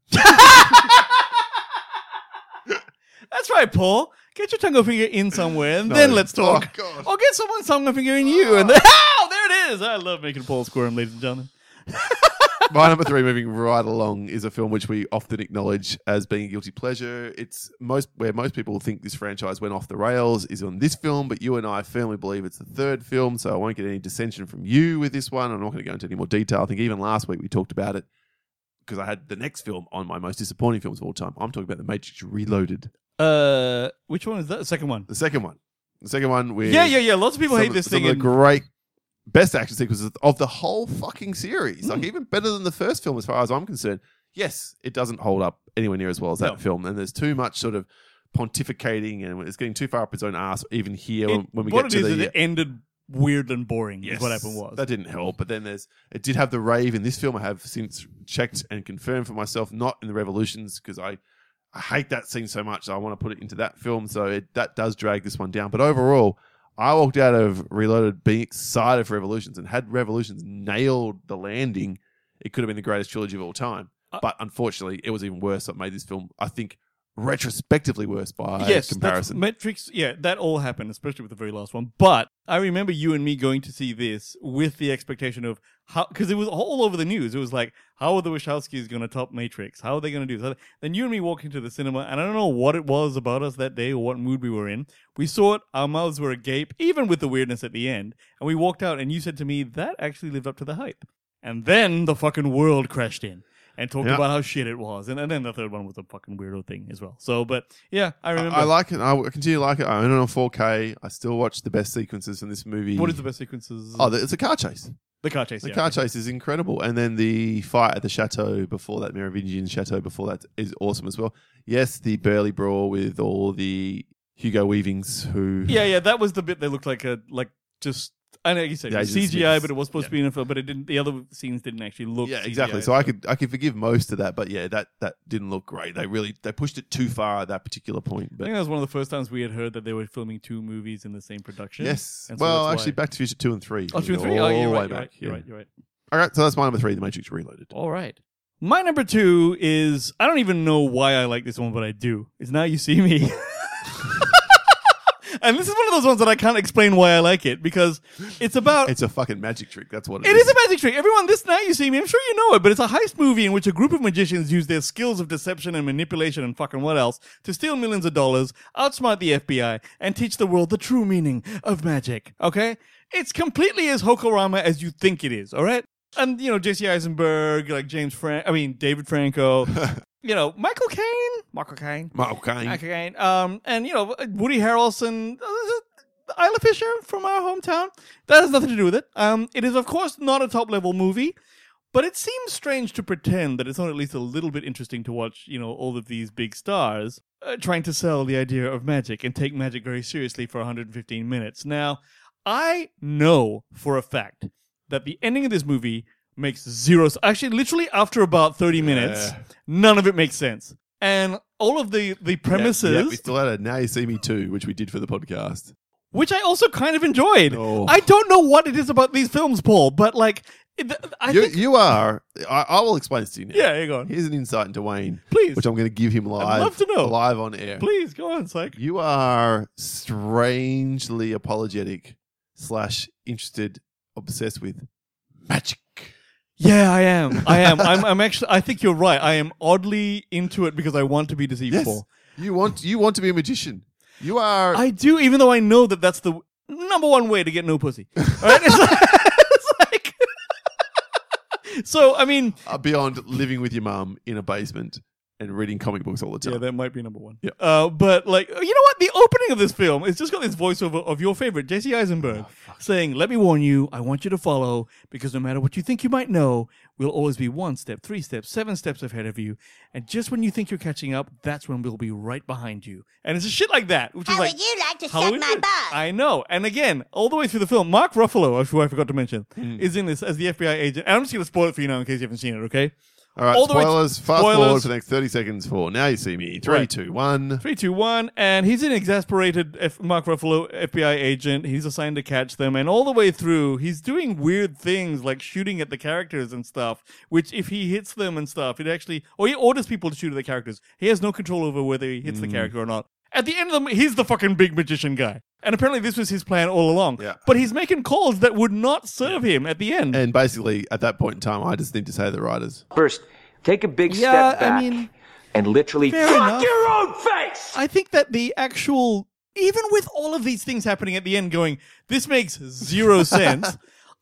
That's right, Paul. Get your tongue finger in somewhere, and then No. let's talk. Oh, God. Or get someone's tongue finger in you, and then, oh, there it is. I love making Paul squirm, ladies and gentlemen. My number three, moving right along, is a film which we often acknowledge as being a guilty pleasure. It's most where most people think this franchise went off the rails is on this film, but you and I firmly believe it's the third film, so I won't get any dissension from you with this one. I'm not going to go into any more detail. I think even last week we talked about it because I had the next film on my most disappointing films of all time. I'm talking about The Matrix Reloaded, Uh, which one is that? The second one. the second one. The second one with Yeah, yeah, yeah. Lots of people some hate of- this some thing. Of And, the great best action sequences of the whole fucking series. Hmm. Like even better than the first film, as far as I'm concerned. Yes, it doesn't hold up anywhere near as well as that No. film, and there's too much sort of pontificating, and it's getting too far up its own ass. Even here, when, it- when we what get it is to the is it ended weird and boring. Is what happened was. that didn't help. But then there's it did have the rave in this film. I have since checked and confirmed for myself, not in the revolutions because I I hate that scene so much. I want to put it into that film, so it, that does drag this one down. But overall, I walked out of Reloaded being excited for Revolutions and had Revolutions nailed the landing, it could have been the greatest trilogy of all time. Uh, but unfortunately, it was even worse. That made this film, I think, retrospectively worse by yes, comparison. that's- Metrics, yeah, that all happened, especially with the very last one. But I remember you and me going to see this with the expectation of how, because it was all over the news. It was like, how are the Wachowskis going to top Matrix? How are they going to do this? Then you and me walk into the cinema, and I don't know what it was about us that day or what mood we were in. We saw it, our mouths were agape, even with the weirdness at the end. And we walked out, and you said to me, that actually lived up to the hype. And then the fucking world crashed in. And talked Yeah. about how shit it was, and, and then the third one was a fucking weirdo thing as well. So, but yeah, I I, remember. I like it. I w- continue to like it. I own it on 4K. I still watch the best sequences from this movie. What is the best sequences? Oh, the- it's a car chase. the car chase. The yeah. car chase is incredible, and then the fight at the chateau before that, Merovingian chateau before that, is awesome as well. Yes, the burly brawl with all the Hugo Weavings who yeah, yeah, that was the bit that looked like a like just. I know you said The it was Agent CGI, Smiths. but it was supposed to be in a film, but it didn't. The other scenes didn't actually look. yeah CGI. exactly so i could i could forgive most of that but yeah that that didn't look great they really they pushed it too far at that particular point I but think that was one of the first times we had heard that they were filming two movies in the same production. yes And so well that's actually why- back to future 2 and 3 Oh, two and three. All Oh, the you're way right. You're back, right. You're yeah. right. You're right. all right so that's my number 3 the matrix reloaded All right. My number two is I don't even know why I like this one, but I do. It's now you see me. and this is one of those ones that I can't explain why I like it because it's about it's a fucking magic trick that's what It is a magic trick. Everyone, this now you see me. I'm sure you know it, but it's a heist movie in which a group of magicians use their skills of deception and manipulation and fucking what else to steal millions of dollars, outsmart the FBI, and teach the world the true meaning of magic. Okay, it's completely as hokorama as you think it is. All right, and you know J.C. Eisenberg, like James Frank, I mean David Franco, you know Michael Caine, Michael Caine, okay Michael Caine, um, and you know Woody Harrelson. uh, Isla Fisher from our hometown. That has nothing to do with it. Um, it is, of course, not a top level movie, but it seems strange to pretend that it's not at least a little bit interesting to watch, you know, all of these big stars uh, trying to sell the idea of magic and take magic very seriously for 115 minutes. Now, I know for a fact that the ending of this movie makes zero. s- Actually, literally after about 30 minutes, Yeah. none of it makes sense. And all of the, the premises yeah, we still had a now you see me too which we did for the podcast Oh. which I also kind of enjoyed. No. I don't know what it is about these films, Paul, but like, it, th- I you, think, you are I, I will explain this to you now yeah, you go on. here's an insight into wayne Please. which i'm going to give him live love to know. live on air Please go on, Psych. You are strangely apologetic slash interested, obsessed with magic. Yeah, I am. I am. I'm, I'm actually. I think you're right. I am oddly into it because I want to be deceitful. Yes. You want you want to be a magician. You are I do, even though I know that that's the w- number one way to get no pussy. All right? It's like- it's like- so I mean, uh, beyond living with your mum in a basement and reading comic books all the time. Yeah, that might be number one. Yeah. Uh, but like, you know what? The opening of this film it's just got this voiceover of your favorite Jesse Eisenberg saying, "Let me warn you. I want you to follow because no matter what you think you might know, we'll always be one step, three steps, seven steps ahead of you. And just when you think you're catching up, that's when we'll be right behind you. And it's a shit like that, which is How like." would you like to How suck is my it? butt? I know. And again, all the way through the film, Mark Ruffalo, who I forgot to mention, is in this as the FBI agent. And I'm just going to spoil it for you now in case you haven't seen it, okay? all right, all the way- spoilers. fast forward spoilers. for the next thirty seconds. For now, you see me. Three, Right. two, one. Three, two, one, and he's an exasperated F- Mark Ruffalo FBI agent. He's assigned to catch them, and all the way through, he's doing weird things like shooting at the characters and stuff. Which, if he hits them and stuff, it actually or he orders people to shoot at the characters. He has no control over whether he Mm. hits the character or not. At the end of the, m- he's the fucking big magician guy, and apparently this was his plan all along. Yeah. But he's making calls that would not serve him at the end. And basically, at that point in time, I just need to say to the writers. First, take a big Yeah, I step back mean, and literally fair fuck enough. your own face. I think that the actual, even with all of these things happening at the end, going, this makes zero sense.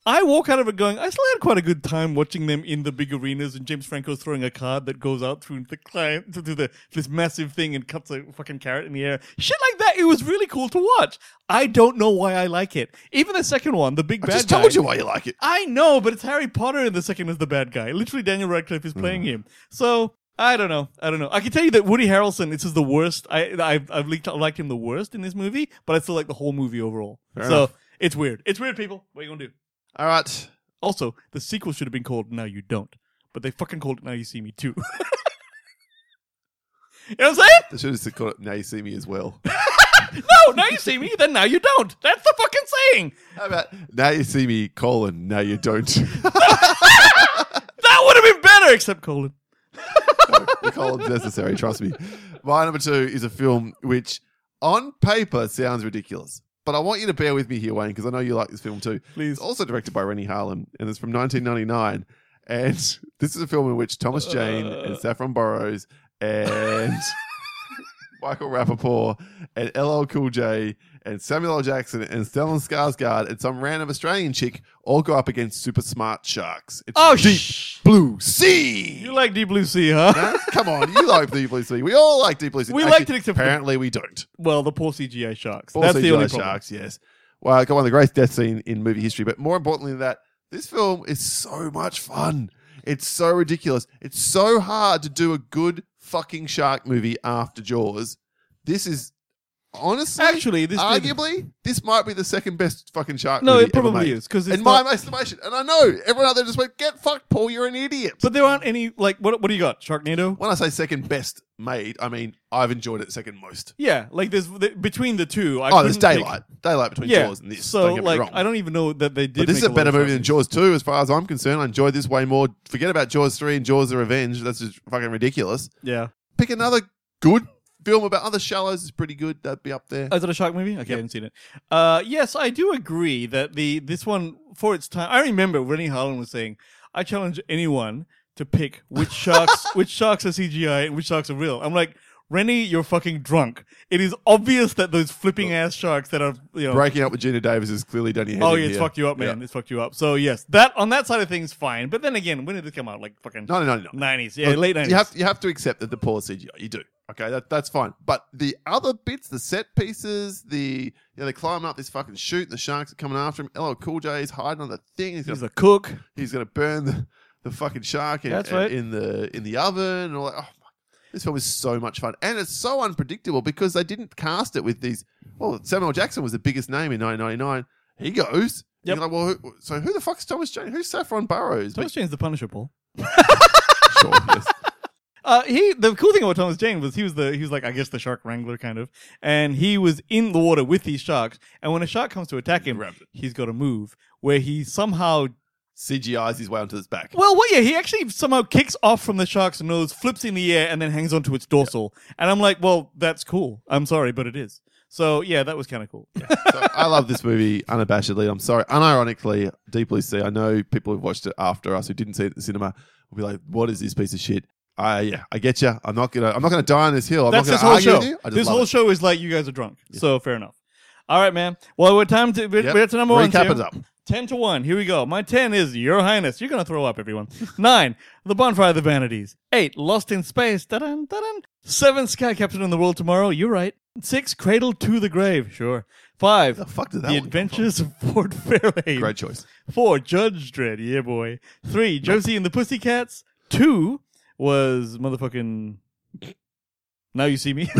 I walk out of it going, I still had quite a good time watching them in the big arenas and James Franco's throwing a card that goes out through the client, through the, this massive thing and cuts a fucking carrot in the air. Shit like that. It was really cool to watch. I don't know why I like it. Even the second one, the big I bad just guy- told you why you like it. I know, but it's Harry Potter in the second is the bad guy. Literally, Daniel Radcliffe is playing him. So I don't know. I don't know. I can tell you that Woody Harrelson. This is the worst. I I've, I've leaked, liked him the worst in this movie, but I still like the whole movie overall. Fair so enough. it's weird. It's weird, people. What are you gonna do? All right. Also, the sequel should have been called Now You Don't, but they fucking called it Now You See Me Too. You know what I'm I should have called it Now You See Me as well. saying? No, now you see me, then now you don't. That's the fucking saying. How about Now You See Me, colon, Now You Don't. That would have been better, except colon. the colon's necessary, trust me. My number two is a film which, on paper, sounds ridiculous. But I want you to bear with me here, Wayne, because I know you like this film too. Please. It's also directed by Rennie Harlan, and it's from 1999. And this is a film in which Thomas Jane Uh. and Saffron Burrows and Michael Rappaport and LL Cool J and Samuel L. Jackson and Stellan Skarsgård and some random Australian chick all go up against super smart sharks. It's Oh, Deep sh- Blue Sea. You like Deep Blue Sea, huh? Huh? Come on, you like Deep Blue Sea. We all like Deep Blue Sea. We liked it except for- apparently we don't. Well, the poor CGI sharks. Or That's the CGI only problem. sharks. Yes. Well, it got one of the greatest death scene in movie history. But more importantly than that, this film is so much fun. It's so ridiculous. It's so hard to do a good fucking shark movie after Jaws. This is honestly, Actually, this did- arguably, this might be the second best fucking shark. No, movie it probably ever made. is, 'cause it's in my not- estimation, and I know everyone out there just went, "Get fucked, Paul. You're an idiot." But there aren't any like what what do you got? Sharknado? when I say second best made, I mean I've enjoyed it second most. Yeah, like there's th between the two. I oh, there's couldn't pick- daylight, daylight between yeah. Jaws and this. So don't get me like wrong. I don't even know that they did. But this is make a better lot of movie than sharks. Jaws two, as far as I'm concerned. I enjoyed this way more. Forget about Jaws three and Jaws the Revenge. That's just fucking ridiculous. Yeah. Pick another good film about other shallows is pretty good. That'd be up there. Oh, is that a shark movie? Okay, I haven't seen it. Uh, yes, I do agree that the this one for its time. I remember Rennie Harlan was saying, "I challenge anyone to pick which sharks, which sharks are CGI and which sharks are real." I'm like, Rennie, you're fucking drunk. It is obvious that those flipping ass sharks that are you know Breaking up with Gina Davis has clearly done your head Oh in yeah, it's here. fucked you up, man. It's fucked you up. So yes, that on that side of things, fine. But then again, when did this come out? Like fucking No, no, no, no. nineties, yeah, late nineties. You have you have to accept that the poor CGI. You do. Okay, that, that's fine. But the other bits, the set pieces, the you know, they climb up this fucking chute, and the sharks are coming after him. LL Cool J is hiding on the thing. He's He's the gonna, cook. he's gonna burn the, the fucking shark in, uh, That's right. in the in the oven and all that. Oh, my. This film is so much fun, and it's so unpredictable because they didn't cast it with these. Well, Samuel Jackson was the biggest name in 1999. He goes. Yep. You're like, well, who, so who the fuck's Thomas Jane? Who's Saffron Burrows? Thomas Jane's the Punisher, Paul. But- sure, yes. Uh, he the cool thing about Thomas Jane was he was the he was like I guess the shark wrangler kind of, and he was in the water with these sharks. And when a shark comes to attack him, Grabs it. he's got to move where he somehow CGI's his way onto his back. well what yeah he actually somehow kicks off from the shark's nose, flips in the air, and then hangs onto its dorsal. And I'm like, well, that's cool. I'm sorry, but it is. So yeah, that was kind of cool. so I love this movie unabashedly. I'm sorry, unironically, Deep Blue Sea. I know people who've watched it after us who didn't see it at the cinema will be like, "What is this piece of shit?" I yeah, I get you. I'm not gonna I'm not gonna die on this hill. I'm That's not this gonna whole argue show. with you. I just This love whole it. show is like you guys are drunk. So fair enough. All right, man. Well, we're time to we're, Yep. we're at to number one. Recap Tim. it up. Ten to one. Here we go. My ten is Your Highness. You're gonna throw up, everyone. Nine. The Bonfire of the Vanities. Eight. Lost in Space. Da-dun, da-dun. Seven. Sky Captain in the World Tomorrow. You're right. Six. Cradle to the Grave. Sure. Five. The fuck did that The Mm. one come Adventures of Ford Fairlane. Great choice. Four, Judge Dredd. Yeah, boy. Three, Josie and the Pussycats. Two was motherfucking. Now you see me.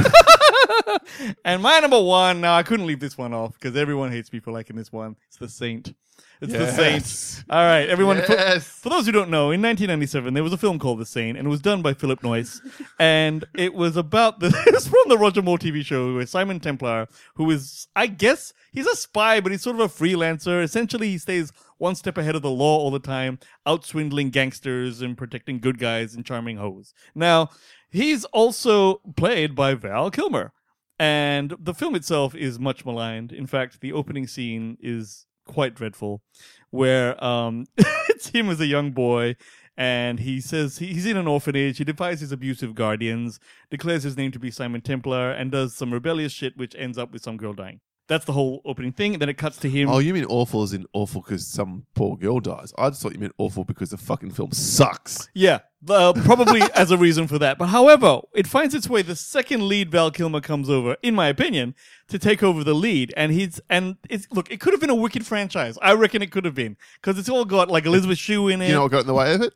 and my number one. Now I couldn't leave this one off because everyone hates me for liking this one. It's the Saint. It's the Yes. Saint. All right, everyone. for- Yes. for those who don't know, in 1997, there was a film called The Saint, and it was done by Philip Noyce. and it was about the. It was from the Roger Moore TV show where Simon Templar, who is, I guess, he's a spy, but he's sort of a freelancer. Essentially, he stays one step ahead of the law all the time, out swindling gangsters and protecting good guys and charming hoes. Now, he's also played by Val Kilmer. And the film itself is much maligned. In fact, the opening scene is quite dreadful, where um, it's him as a young boy, and he says he- he's in an orphanage. He defies his abusive guardians, declares his name to be Simon Templar, and does some rebellious shit, which ends up with some girl dying. That's the whole opening thing. And then it cuts to him. Oh, you mean awful as in awful because some poor girl dies? I just thought you meant awful because the fucking film sucks. Yeah, uh, probably as a reason for that. But however, it finds its way the second lead Val Kilmer comes over, in my opinion, to take over the lead, and he's and it's look, it could have been a wicked franchise. I reckon it could have been because it's all got like Elizabeth Shue in it. You know what got in the way of it?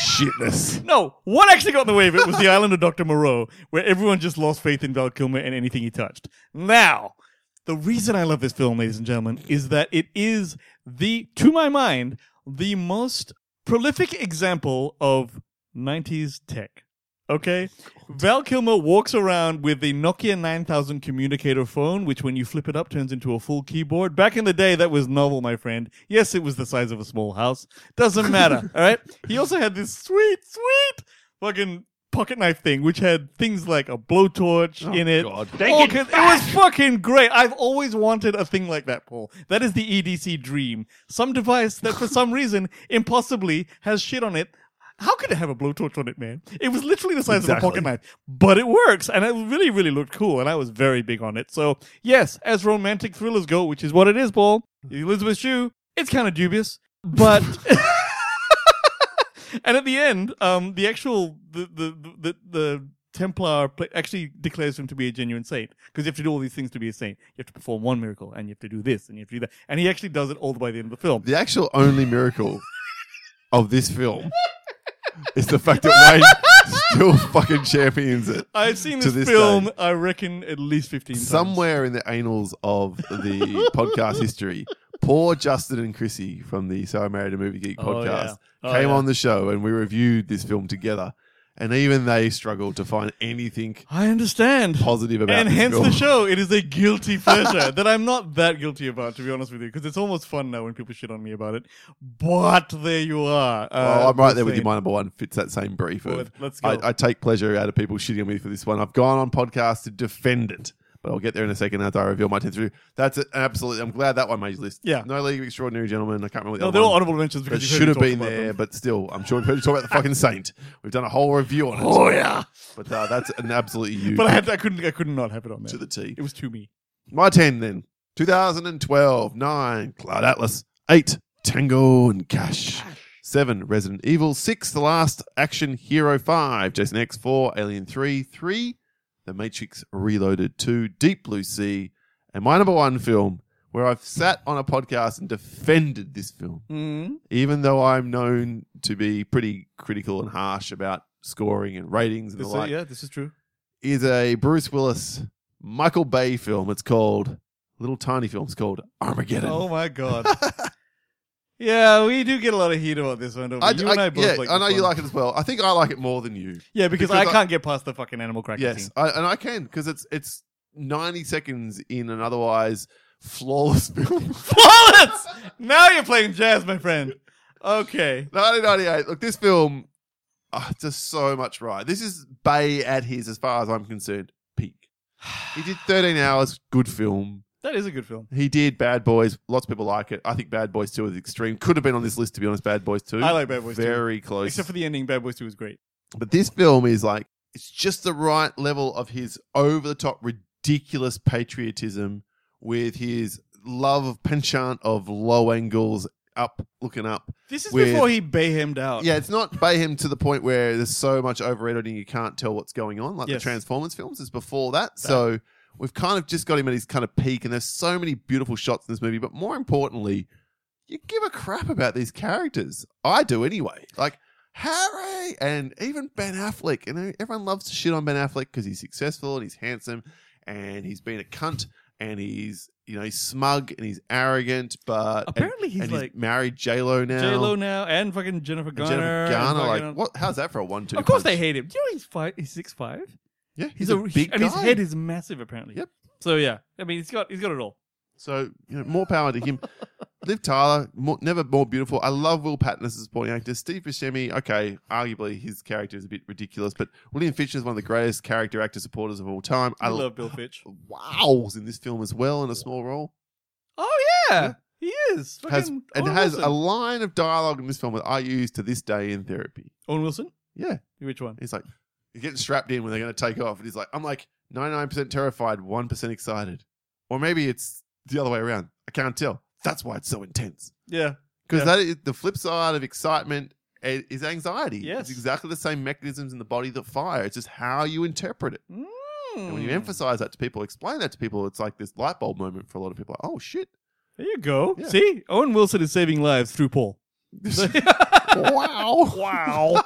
Shitness. no, what actually got in the way of it was the Island of Dr. Moreau, where everyone just lost faith in Val Kilmer and anything he touched. Now, the reason I love this film, ladies and gentlemen, is that it is the, to my mind, the most prolific example of 90s tech. Okay? Val Kilmer walks around with the Nokia 9000 communicator phone, which when you flip it up turns into a full keyboard. Back in the day, that was novel, my friend. Yes, it was the size of a small house. Doesn't matter. all right? He also had this sweet, sweet fucking pocket knife thing, which had things like a blowtorch in it. God. All Take it kin- it was fucking great. I've always wanted a thing like that, Paul. That is the EDC dream. Some device that for some reason impossibly has shit on it. How could it have a blowtorch on it, man? It was literally the size Exactly. of a pocket knife, but it works, and it really, really looked cool, and I was very big on it. So yes, as romantic thrillers go, which is what it is, Paul. Elizabeth Shue, it's kind of dubious, but and at the end, um, the actual the the the, the Templar pla- actually declares him to be a genuine saint because you have to do all these things to be a saint. You have to perform one miracle, and you have to do this, and you have to do that, and he actually does it all the way to the end of the film. The actual only miracle of this film is the fact that Wayne still fucking champions it. I've seen to this, this film, day. I reckon, at least fifteen times. Somewhere in the annals of the podcast history, poor Justin and Chrissy from the So I Married a Movie Geek Oh, yeah. podcast Oh, came yeah. on the show and we reviewed this film together. And even they struggled to find anything I understand. positive about and this hence film. the show. It is a guilty pleasure that I'm not that guilty about, to be honest with you, because it's almost fun now when people shit on me about it. But there you are. Uh, Well, Oh, I'm right there with you. insane. My number one fits that same brief. Well, of, let's go. I, I take pleasure out of people shitting on me for this one. I've gone on podcasts to defend it, but I'll get there in a second after I reveal my 10th review. That's it. absolutely. I'm glad that one made his list. Yeah. No League of Extraordinary Gentlemen. I can't remember the No, other they're all one. honorable mentions That because you should have been there, but still, I'm sure we've heard you talk about the fucking Saint. We've done a whole review on it. Oh yeah, But uh, that's an absolute you. but I had to, I couldn't I couldn't not have it on there. to the T. it was to me. My 10 then. 2012. 9. Cloud Atlas. 8. Tango and Cash. 7. Resident Evil. 6. The Last Action Hero 5. Jason X. 4. Alien 3. 3. The Matrix Reloaded 2. Deep Blue Sea. And my number one film where I've sat on a podcast and defended this film Mm. even though I'm known to be pretty critical and harsh about scoring and ratings and This, the uh, like, yeah, this is true. is a Bruce Willis, Michael Bay film. It's called little tiny film. It's called Armageddon. Oh my god. yeah, we do get a lot of heat about this one. Don't we? I, you and I- I both yeah, like. I this know you one. like it as well. I think I like it more than you. Yeah, because, because I I- can't get past the fucking animal cracker Yes, scene. I, and I can because it's it's 90 seconds in an otherwise flawless film. Flawless. now you're playing jazz, my friend. Okay. 1998. Look, this film ah, just so much right. This is Bay at his, as far as I'm concerned, peak. He did 13 hours, good film. That is a good film. He did Bad Boys. Lots of people like it. I think Bad Boys 2 is extreme. Could have been on this list, to be honest, Bad Boys 2. I like Bad Boys 2. Very close. Except for the ending, Bad Boys 2 was great. but this film is like, it's just the right level of his over the top, ridiculous patriotism with his love of penchant of low angles, up, looking up. This is With- before he bayhemmed out. Yeah, it's not by him to the point where there's so much over editing you can't tell what's going on, like Yes. the Transformers films. It's before that. So we've kind of just got him at his kind of peak, and there's so many beautiful shots in this movie. But more importantly, you give a crap about these characters. I do anyway. Like Harry and even Ben Affleck, and everyone loves to shit on Ben Affleck because he's successful and he's handsome and he's been a cunt and he's you know he's smug and he's arrogant. But and- Apparently he's and like- married J Lo now. J Lo now and fucking Jennifer Garner. Jennifer and Garner, like fucking- what? How's that for a one-two? Of course punch? they hate him. Do you know he's five? He's six five. Yeah, He's, a, big and his guy. head is massive apparently. Yep. So yeah, I mean he's got he's got it all. So you know, more power to him. Liv Tyler, more, never more beautiful. I love Will Patton as a supporting actor. Steve Buscemi, okay, arguably his character is a bit ridiculous, but William Fisher is one of the greatest character actor supporters of all time. I love Bill Fitch. Wow's in this film as well in a small role. Oh yeah, he is. Fucking Has and Owen has a Wilson. line of dialogue in this film that I use to this day in therapy. Owen Wilson. Yeah, Which one? he's like, he's getting strapped in when they're going to take off, and he's like, I'm like 99% terrified, 1% excited, or maybe it's the other way around. I can't tell. That's why it's so intense. Yeah. Because Yeah. that is the flip side of excitement i- is anxiety. Yes. It's exactly the same mechanisms in the body that fire. It's just how you interpret it. And when Hmm. you Mm. emphasize that to people, explain that to people, it's like this light bulb moment for a lot of people. Like, oh shit. There you go. Yeah. See, Owen Wilson is saving lives through Paul. wow. wow.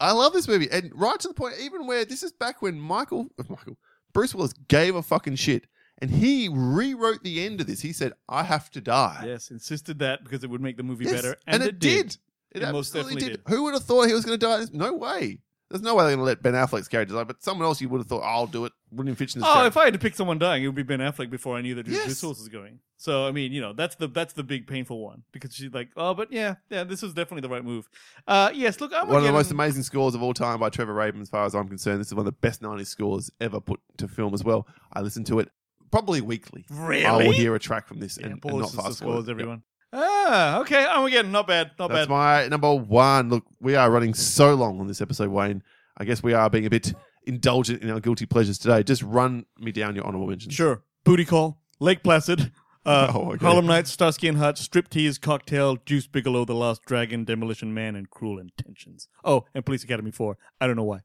I love this movie. And right to the point, even where this is back when Michael uh, Michael Bruce Willis gave a fucking shit. And he rewrote the end of this. He said, I have to die. yes, insisted that because it would make the movie Yes, better, And, it did. It, It most absolutely definitely did. Who would have thought he was going to die? There's no way. There's no way they're going to let Ben Affleck's character die, but someone else you would have thought, I'll do it. William Fichtner's Oh, joke. if I had to pick someone dying, it would be Ben Affleck before I knew that his Yes. resource was going. So I mean, you know, that's the that's the big painful one because she's like, oh, but yeah, yeah, this was definitely the right move. Uh, yes, look, I'm one of the gonna most give him- amazing scores of all time by Trevor Rabin, as far as I'm concerned. This is one of the best 90s scores ever put to film as well. I listen to it probably weekly. Really? I will hear a track from this Yeah, and, Paul and not listens to fast scores, forward. everyone. Ah, okay, I'm again not bad, not That's bad. my number one. Look, we are running so long on this episode, Wayne. I guess we are being a bit indulgent in our guilty pleasures today. Just run me down your honorable mentions. Sure, booty call, Lake Placid. Uh, Oh, okay. Harlem Nights, Starsky and Hutch, Striptease, Cocktail, Juice Bigelow, The Last Dragon, Demolition Man, and Cruel Intentions. Oh, and Police Academy 4. I don't know why.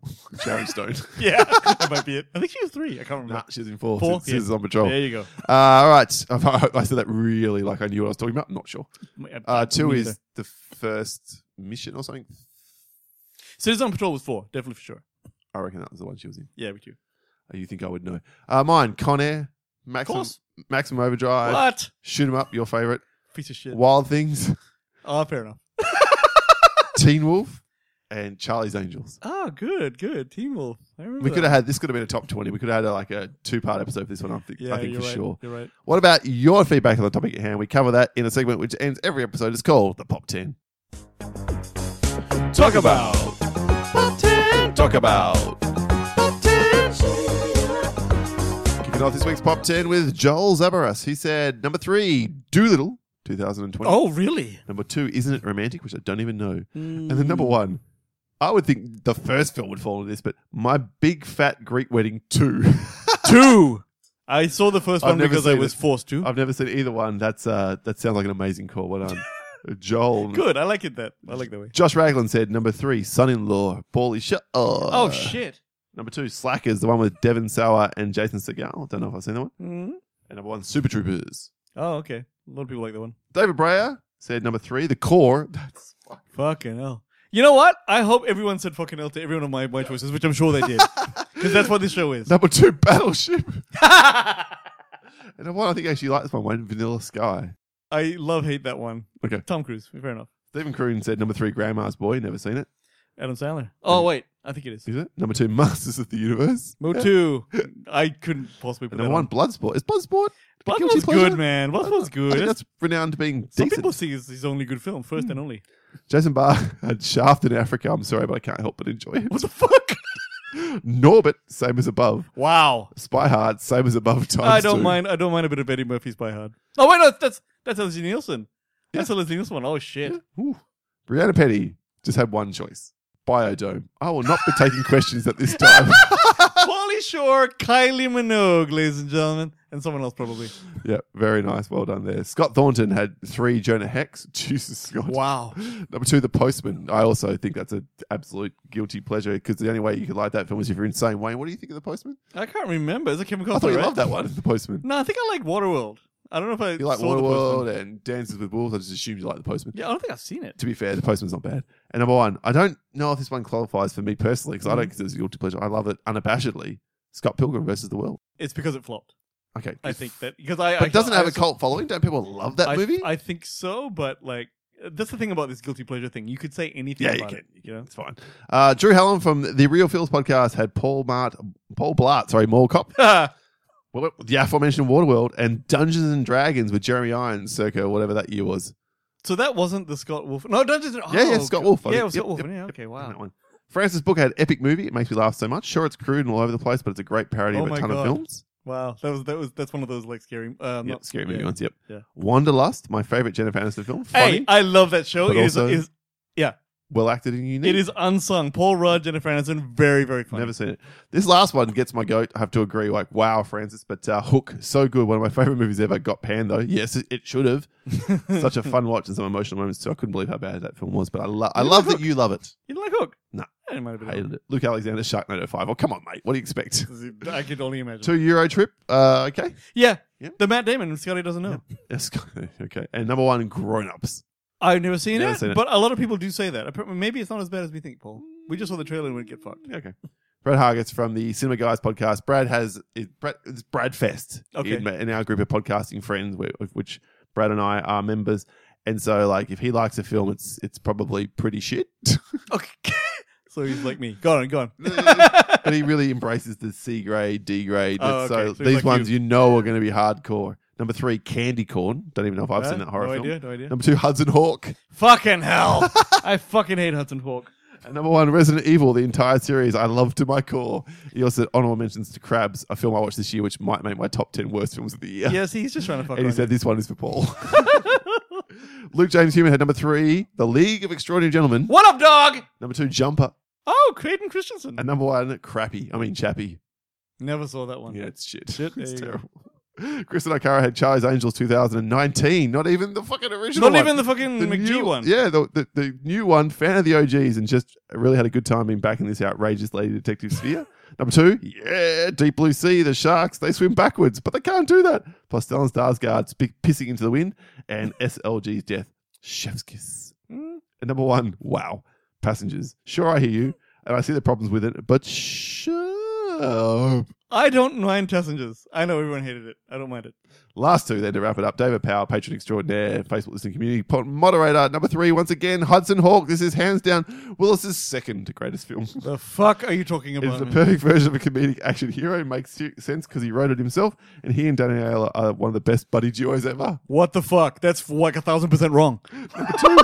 Sharon Stone. Yeah, that might be it. I think she was three. I can't remember. nah, she's in four. Four? She's, she's Yeah. on patrol. There you go. Uh, all right. I hope I said that really like I knew what I was talking about. I'm not sure. Uh, two Me is neither. the first mission or something. Citizen Patrol was four, definitely for sure. I reckon that was the one she was in. Yeah, we do. Uh, You think I would know? Uh, mine, Con Air, Maximum, course. Maximum Overdrive, What? Shoot 'Em Up, your favorite, Piece of shit. Wild Things, Oh, fair enough. Teen Wolf, and Charlie's Angels. Oh, good, good. Team Wolf. I remember. We could have had this. Could have been a top twenty. We could have had a, like a two-part episode of this one. I think, Yeah, I think you're for right. sure. You're right. What about your feedback on the topic at hand? We cover that in a segment which ends every episode. It's called the Pop Ten. Talk about Pop Ten. Talk about Pop Ten. Kicking off this week's Pop Ten with Joel Zabaras. He said number three, Doolittle, 2020. Oh, really? Number two, Isn't It Romantic, which I don't even know. And then number one, I would think the first film would fall into this, but My Big Fat Greek Wedding 2. Two. I saw the first I've one never because I seen was it. forced to. I've never seen either one. That's uh, That sounds like an amazing call. Well done. Joel. Good. I like it that. I like that way. Josh Ragland said number three, Son in Law, Paulie Shaw. Oh, shit. Number two, Slackers, the one with Devin Sauer and Jason Segal. Don't know if I've seen that one. And number one, Super Troopers. Oh, okay. A lot of people like that one. David Breyer said number three, The Core. That's Fucking hell. You know what? I hope everyone said fucking hell to every one of my, my choices, which I'm sure they did. Because that's what this show is. number two, Battleship. And the one I think I actually like this one, Wayne, Vanilla Sky. I love hate that one. Okay. Tom Cruise. Fair enough. Stephen Croon said number three, Grandma's Boy. Never seen it. Adam Sandler. Mm-hmm. Oh, wait. I think it is. Is it? Number two, Masters of the Universe. Motu. I couldn't possibly put And number that one, on. Bloodsport. Is Bloodsport? a Blood guilty was pleasure? good, man. Blood was I good. think that's renowned to being Some decent. Hmm. people see it's his only good film, first and only. Jason Barr had Shaft in Africa. I'm sorry, but I can't help but enjoy it. What the fuck? Norbit, same as above. Wow. Spy Hard, same as above. Times I don't two. mind. I don't mind a bit of Betty Murphy's by heart. Oh wait, no, that's that's Leslie Nielsen. That's a Leslie Nielsen one. Oh shit. Ooh. Brianna Petty just had one choice. Biodome. I will not be taking questions at this time. Polly Shore, Kylie Minogue, ladies and gentlemen, and someone else probably. yeah, very nice. Well done there. Scott Thornton had three Jonah Hex. Jesus, Scott. Wow. Number two, The Postman. I also think that's an absolute guilty pleasure because the only way you could like that film is if you're insane. Wayne, what do you think of The Postman? I can't remember. Is it Kevin Costner? I thought you right? loved that one, The Postman. No, I think I like Waterworld. I don't know if I You like saw the first one. Waterworld and Dances with Wolves. I just assumed you like The Postman. Yeah, I don't think I've seen it. To be fair, The Postman's not bad. And number one, I don't know if this one qualifies for me personally because I Mm-hmm. don't consider it a guilty pleasure. I love it unabashedly. Scott Pilgrim versus the World. It's because it flopped. Okay. I think that because I But I- doesn't it I have a also- cult following? Don't people love that I, movie? I think so, but like that's the thing about this guilty pleasure thing. You could say anything Yeah, you about can. it. You know? It's fine. Uh, Drew Helen from the Real Feels podcast had Paul Mart, Paul Blart, sorry, Mall Cop. Well, the aforementioned Waterworld and Dungeons and Dragons with Jeremy Irons, circa whatever that year was. So that wasn't the Scott Wolf. No, Dungeons. and- Yeah, yeah, oh, Scott God. Wolf. I Yeah, think. it was Yep, Scott Wolf. yep, yeah, yep, okay, wow. That one. Francis Book had epic movie. It makes me laugh so much. Sure, it's crude and all over the place, but it's a great parody Oh of a my ton of God. films. Wow, that was that was that's one of those like scary, um, Yep, not scary movie yeah. ones. Yep. Yeah. Wanderlust, my favorite Jennifer Aniston film. Funny, Hey, uh, I love that show. But It is, also- is well acted, and unique. it is unsung. Paul Rudd, Jennifer Aniston, very very funny. Never seen it. This last one gets my goat. I have to agree. Like, wow, Francis. But uh, Hook, so good. One of my favorite movies ever. Got panned though. Yes, it, it should have. Such a fun watch and some emotional moments too. I couldn't believe how bad that film was. But I, lo- I You love like that you love it. You didn't like Hook? No. I didn't mind a bit. of Hated it. Luke Alexander, Sharknado Five. Oh, come on, mate. What do you expect? Hook. I could only imagine. Two Euro trip. Uh, okay. Yeah. Yeah. the Matt Damon and Scotty doesn't know. Yes, okay. And number one, Grown Ups. I've never seen, Never it, seen it. but a lot of people do say that. Apparently- Maybe it's not as bad as we think, Paul. We just saw the trailer and we get fucked. Okay. Brad Hargis from the Cinema Guys podcast. Brad has it, Brad, it's Brad Fest Okay. in, in our group of podcasting friends, wh- of which Brad and I are members. And so, like, if he likes a film, it's it's probably pretty shit. Okay, So he's like me. Go on, go on. but he really embraces the C grade, D grade. Oh, That's okay. So, So he's these like ones you. you. know are going to be hardcore. Number three, Candy Corn. Don't even know if I've Huh? seen that horror No film. idea, no idea. Number two, Hudson Hawk. fucking hell. I fucking hate Hudson Hawk. And number one, Resident Evil, the entire series. I love to my core. He also honorable mentions to Crabs, a film I watched this year, which might make my top ten worst films of the year. Yeah, see, he's just trying to fuck. And he around. said, "This one is for Paul." Luke James Human had number three, The League of Extraordinary Gentlemen. what up, dog? Number two, Jumper. Oh, Creighton Christensen. And number one, Crappy. I mean, Chappy. Never saw that one. Yeah, it's shit. Shit, it's there you terrible. Kristen O'Cara had Charlie's Angels 2019. Not even the fucking original. Not one. even the fucking McG new, one. Yeah, the, the, the new one, fan of the OGs, and just really had a good time being back in this outrageous lady detective sphere. Number two, yeah, Deep Blue Sea, the sharks, they swim backwards, but they can't do that. Plus, Stellan Starsguard's p- pissing into the wind, and SLG's death. Chef's kiss. Hmm? And number one, wow, passengers. Sure, I hear you, and I see the problems with it, but sure. I don't mind passengers. I know everyone hated it. I don't mind it. Last two, then to wrap it up, David Power, patron extraordinaire, Facebook listening community pod- moderator. Number three, once again, Hudson Hawk. This is hands down Willis's second greatest film. It's The fuck are you talking about? the perfect version of a comedic action hero. Makes se- sense because he wrote it himself, and he and Danielle are one of the best buddy duos ever. what the fuck? That's like a thousand percent wrong. Number two,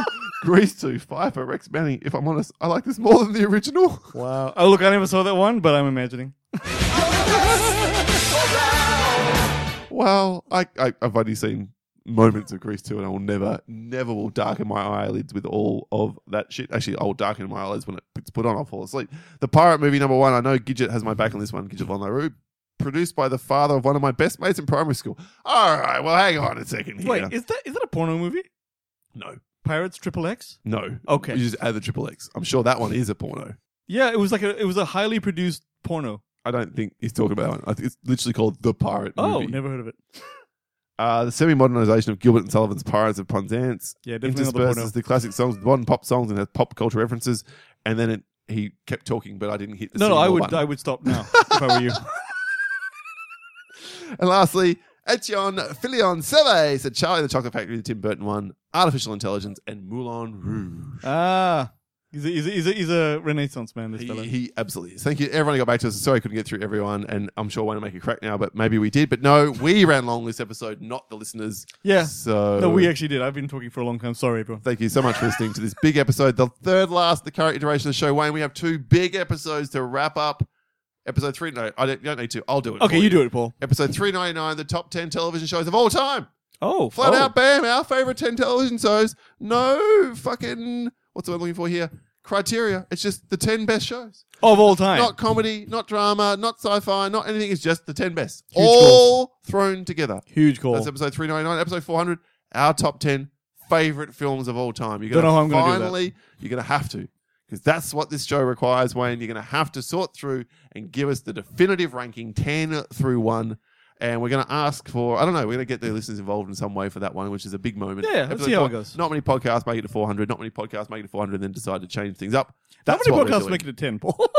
Grease 2, Pfeiffer, Rex Manning. If I'm honest, I like this more than the original. Wow. Oh, look, I never saw that one, but I'm imagining. Well, I, I, I've only seen moments of Grease 2, and I will never, never will darken my eyelids with all of that shit. Actually, I will darken my eyelids when it's put on. I'll fall asleep. The Pirate movie number one. I know Gidget has my back on this one. Gidget Von LaRue. Produced by the father of one of my best mates in primary school. All right, well, hang on a second here. Wait, is that is that a porno movie? no, Pirates Triple X? no. Okay. You just add the triple X. I'm sure that one is a porno. Yeah, it was like a it was a highly produced porno. I don't think he's talking about that one. I think it's literally called The Pirate Oh, Movie. never heard of it. Uh, the semi-modernization of Gilbert and Sullivan's Pirates of Penzance Yeah, definitely not the porno. intersperses the classic songs with modern pop songs and has pop culture references. And then it, he kept talking, but I didn't hit the No, no, sing-more I would button. I would stop now if I were you. And lastly, Etienne Filion Survey said Charlie and the Chocolate Factory, the Tim Burton one, Artificial Intelligence, and Moulin Rouge. Ah, he's a, he's a, he's a, he's a renaissance man. This He, fellow. he absolutely is. Thank you. Everyone who got back to us. Sorry I couldn't get through everyone, and I'm sure I won't make a crack now, but maybe we did. But no, we ran long this episode, not the listeners. Yeah. So no, we actually did. I've been talking for a long time. Sorry, everyone. Thank you so much for listening to this big episode, the third last, the current iteration of the show. Wayne, we have two big episodes to wrap up. Episode three, no, I don't, you don't need to. I'll do it. Okay, for you do it, Paul. Episode three ninety nine, the top ten television shows of all time. Oh, Flat oh. out, bam, our favorite ten television shows. No fucking what's the word I'm looking for here? Criteria. It's just the ten best shows. of all time. Not comedy, not drama, not sci-fi, not anything. It's just the ten best, Huge all thrown together. Huge call. That's episode 399. Episode 400, our top 10 favorite films of all time. You're Don't gonna know how I'm gonna do that. finally, you're going to have to. Because that's what this show requires, Wayne. You're going to have to sort through and give us the definitive ranking 10 through 1. And we're going to ask for, I don't know, we're going to get the listeners involved in some way for that one, which is a big moment. Yeah, let's Episode see how it four- goes. Not many podcasts make it to 400. Not many podcasts make it to 400 and then decide to change things up. How That's many what we're podcasts doing. make it a ten, Paul?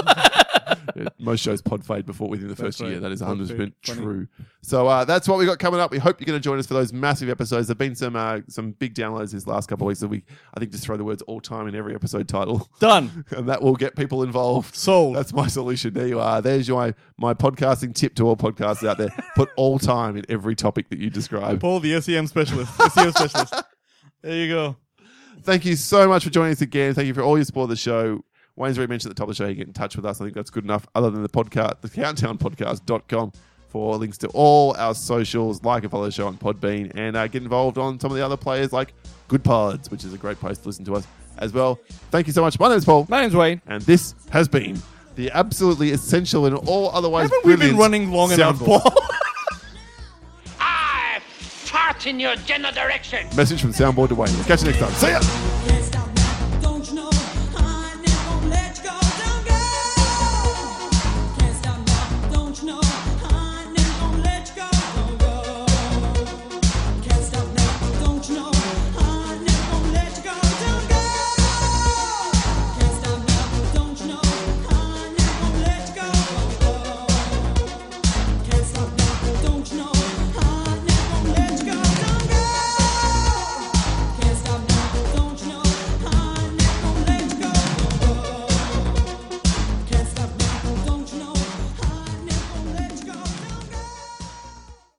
Yeah, most shows pod fade before within the That's first year. right. That is Pod fade. 100% Funny. true. So uh, that's what we got coming up. We hope you're going to join us for those massive episodes. There've been some uh, some big downloads these last couple of weeks that we I think just throw the words all time in every episode title, Done. and that will get people involved. Sold. That's my solution. There you are. There's your, my podcasting tip to all podcasters out there. Put all time in every topic that you describe. Paul, the SEM specialist. SEM specialist. There you go. Thank you so much for joining us again. Thank you for all your support of the show. Wayne's already mentioned at the top of the show, you get in touch with us. I think that's good enough. Other than the podcast, the countdownpodcast.com for links to all our socials, like and follow the show on Podbean, and uh, get involved on some of the other players like Good Pods, which is a great place to listen to us as well. Thank you so much. My name's Paul, My name's Wayne. and this has been the absolutely essential and all otherwise Haven't we been brilliant running long enough, soundboard. Paul? I fart in your general direction. Message from Soundboard to Wayne. Catch you next time. See ya. Let's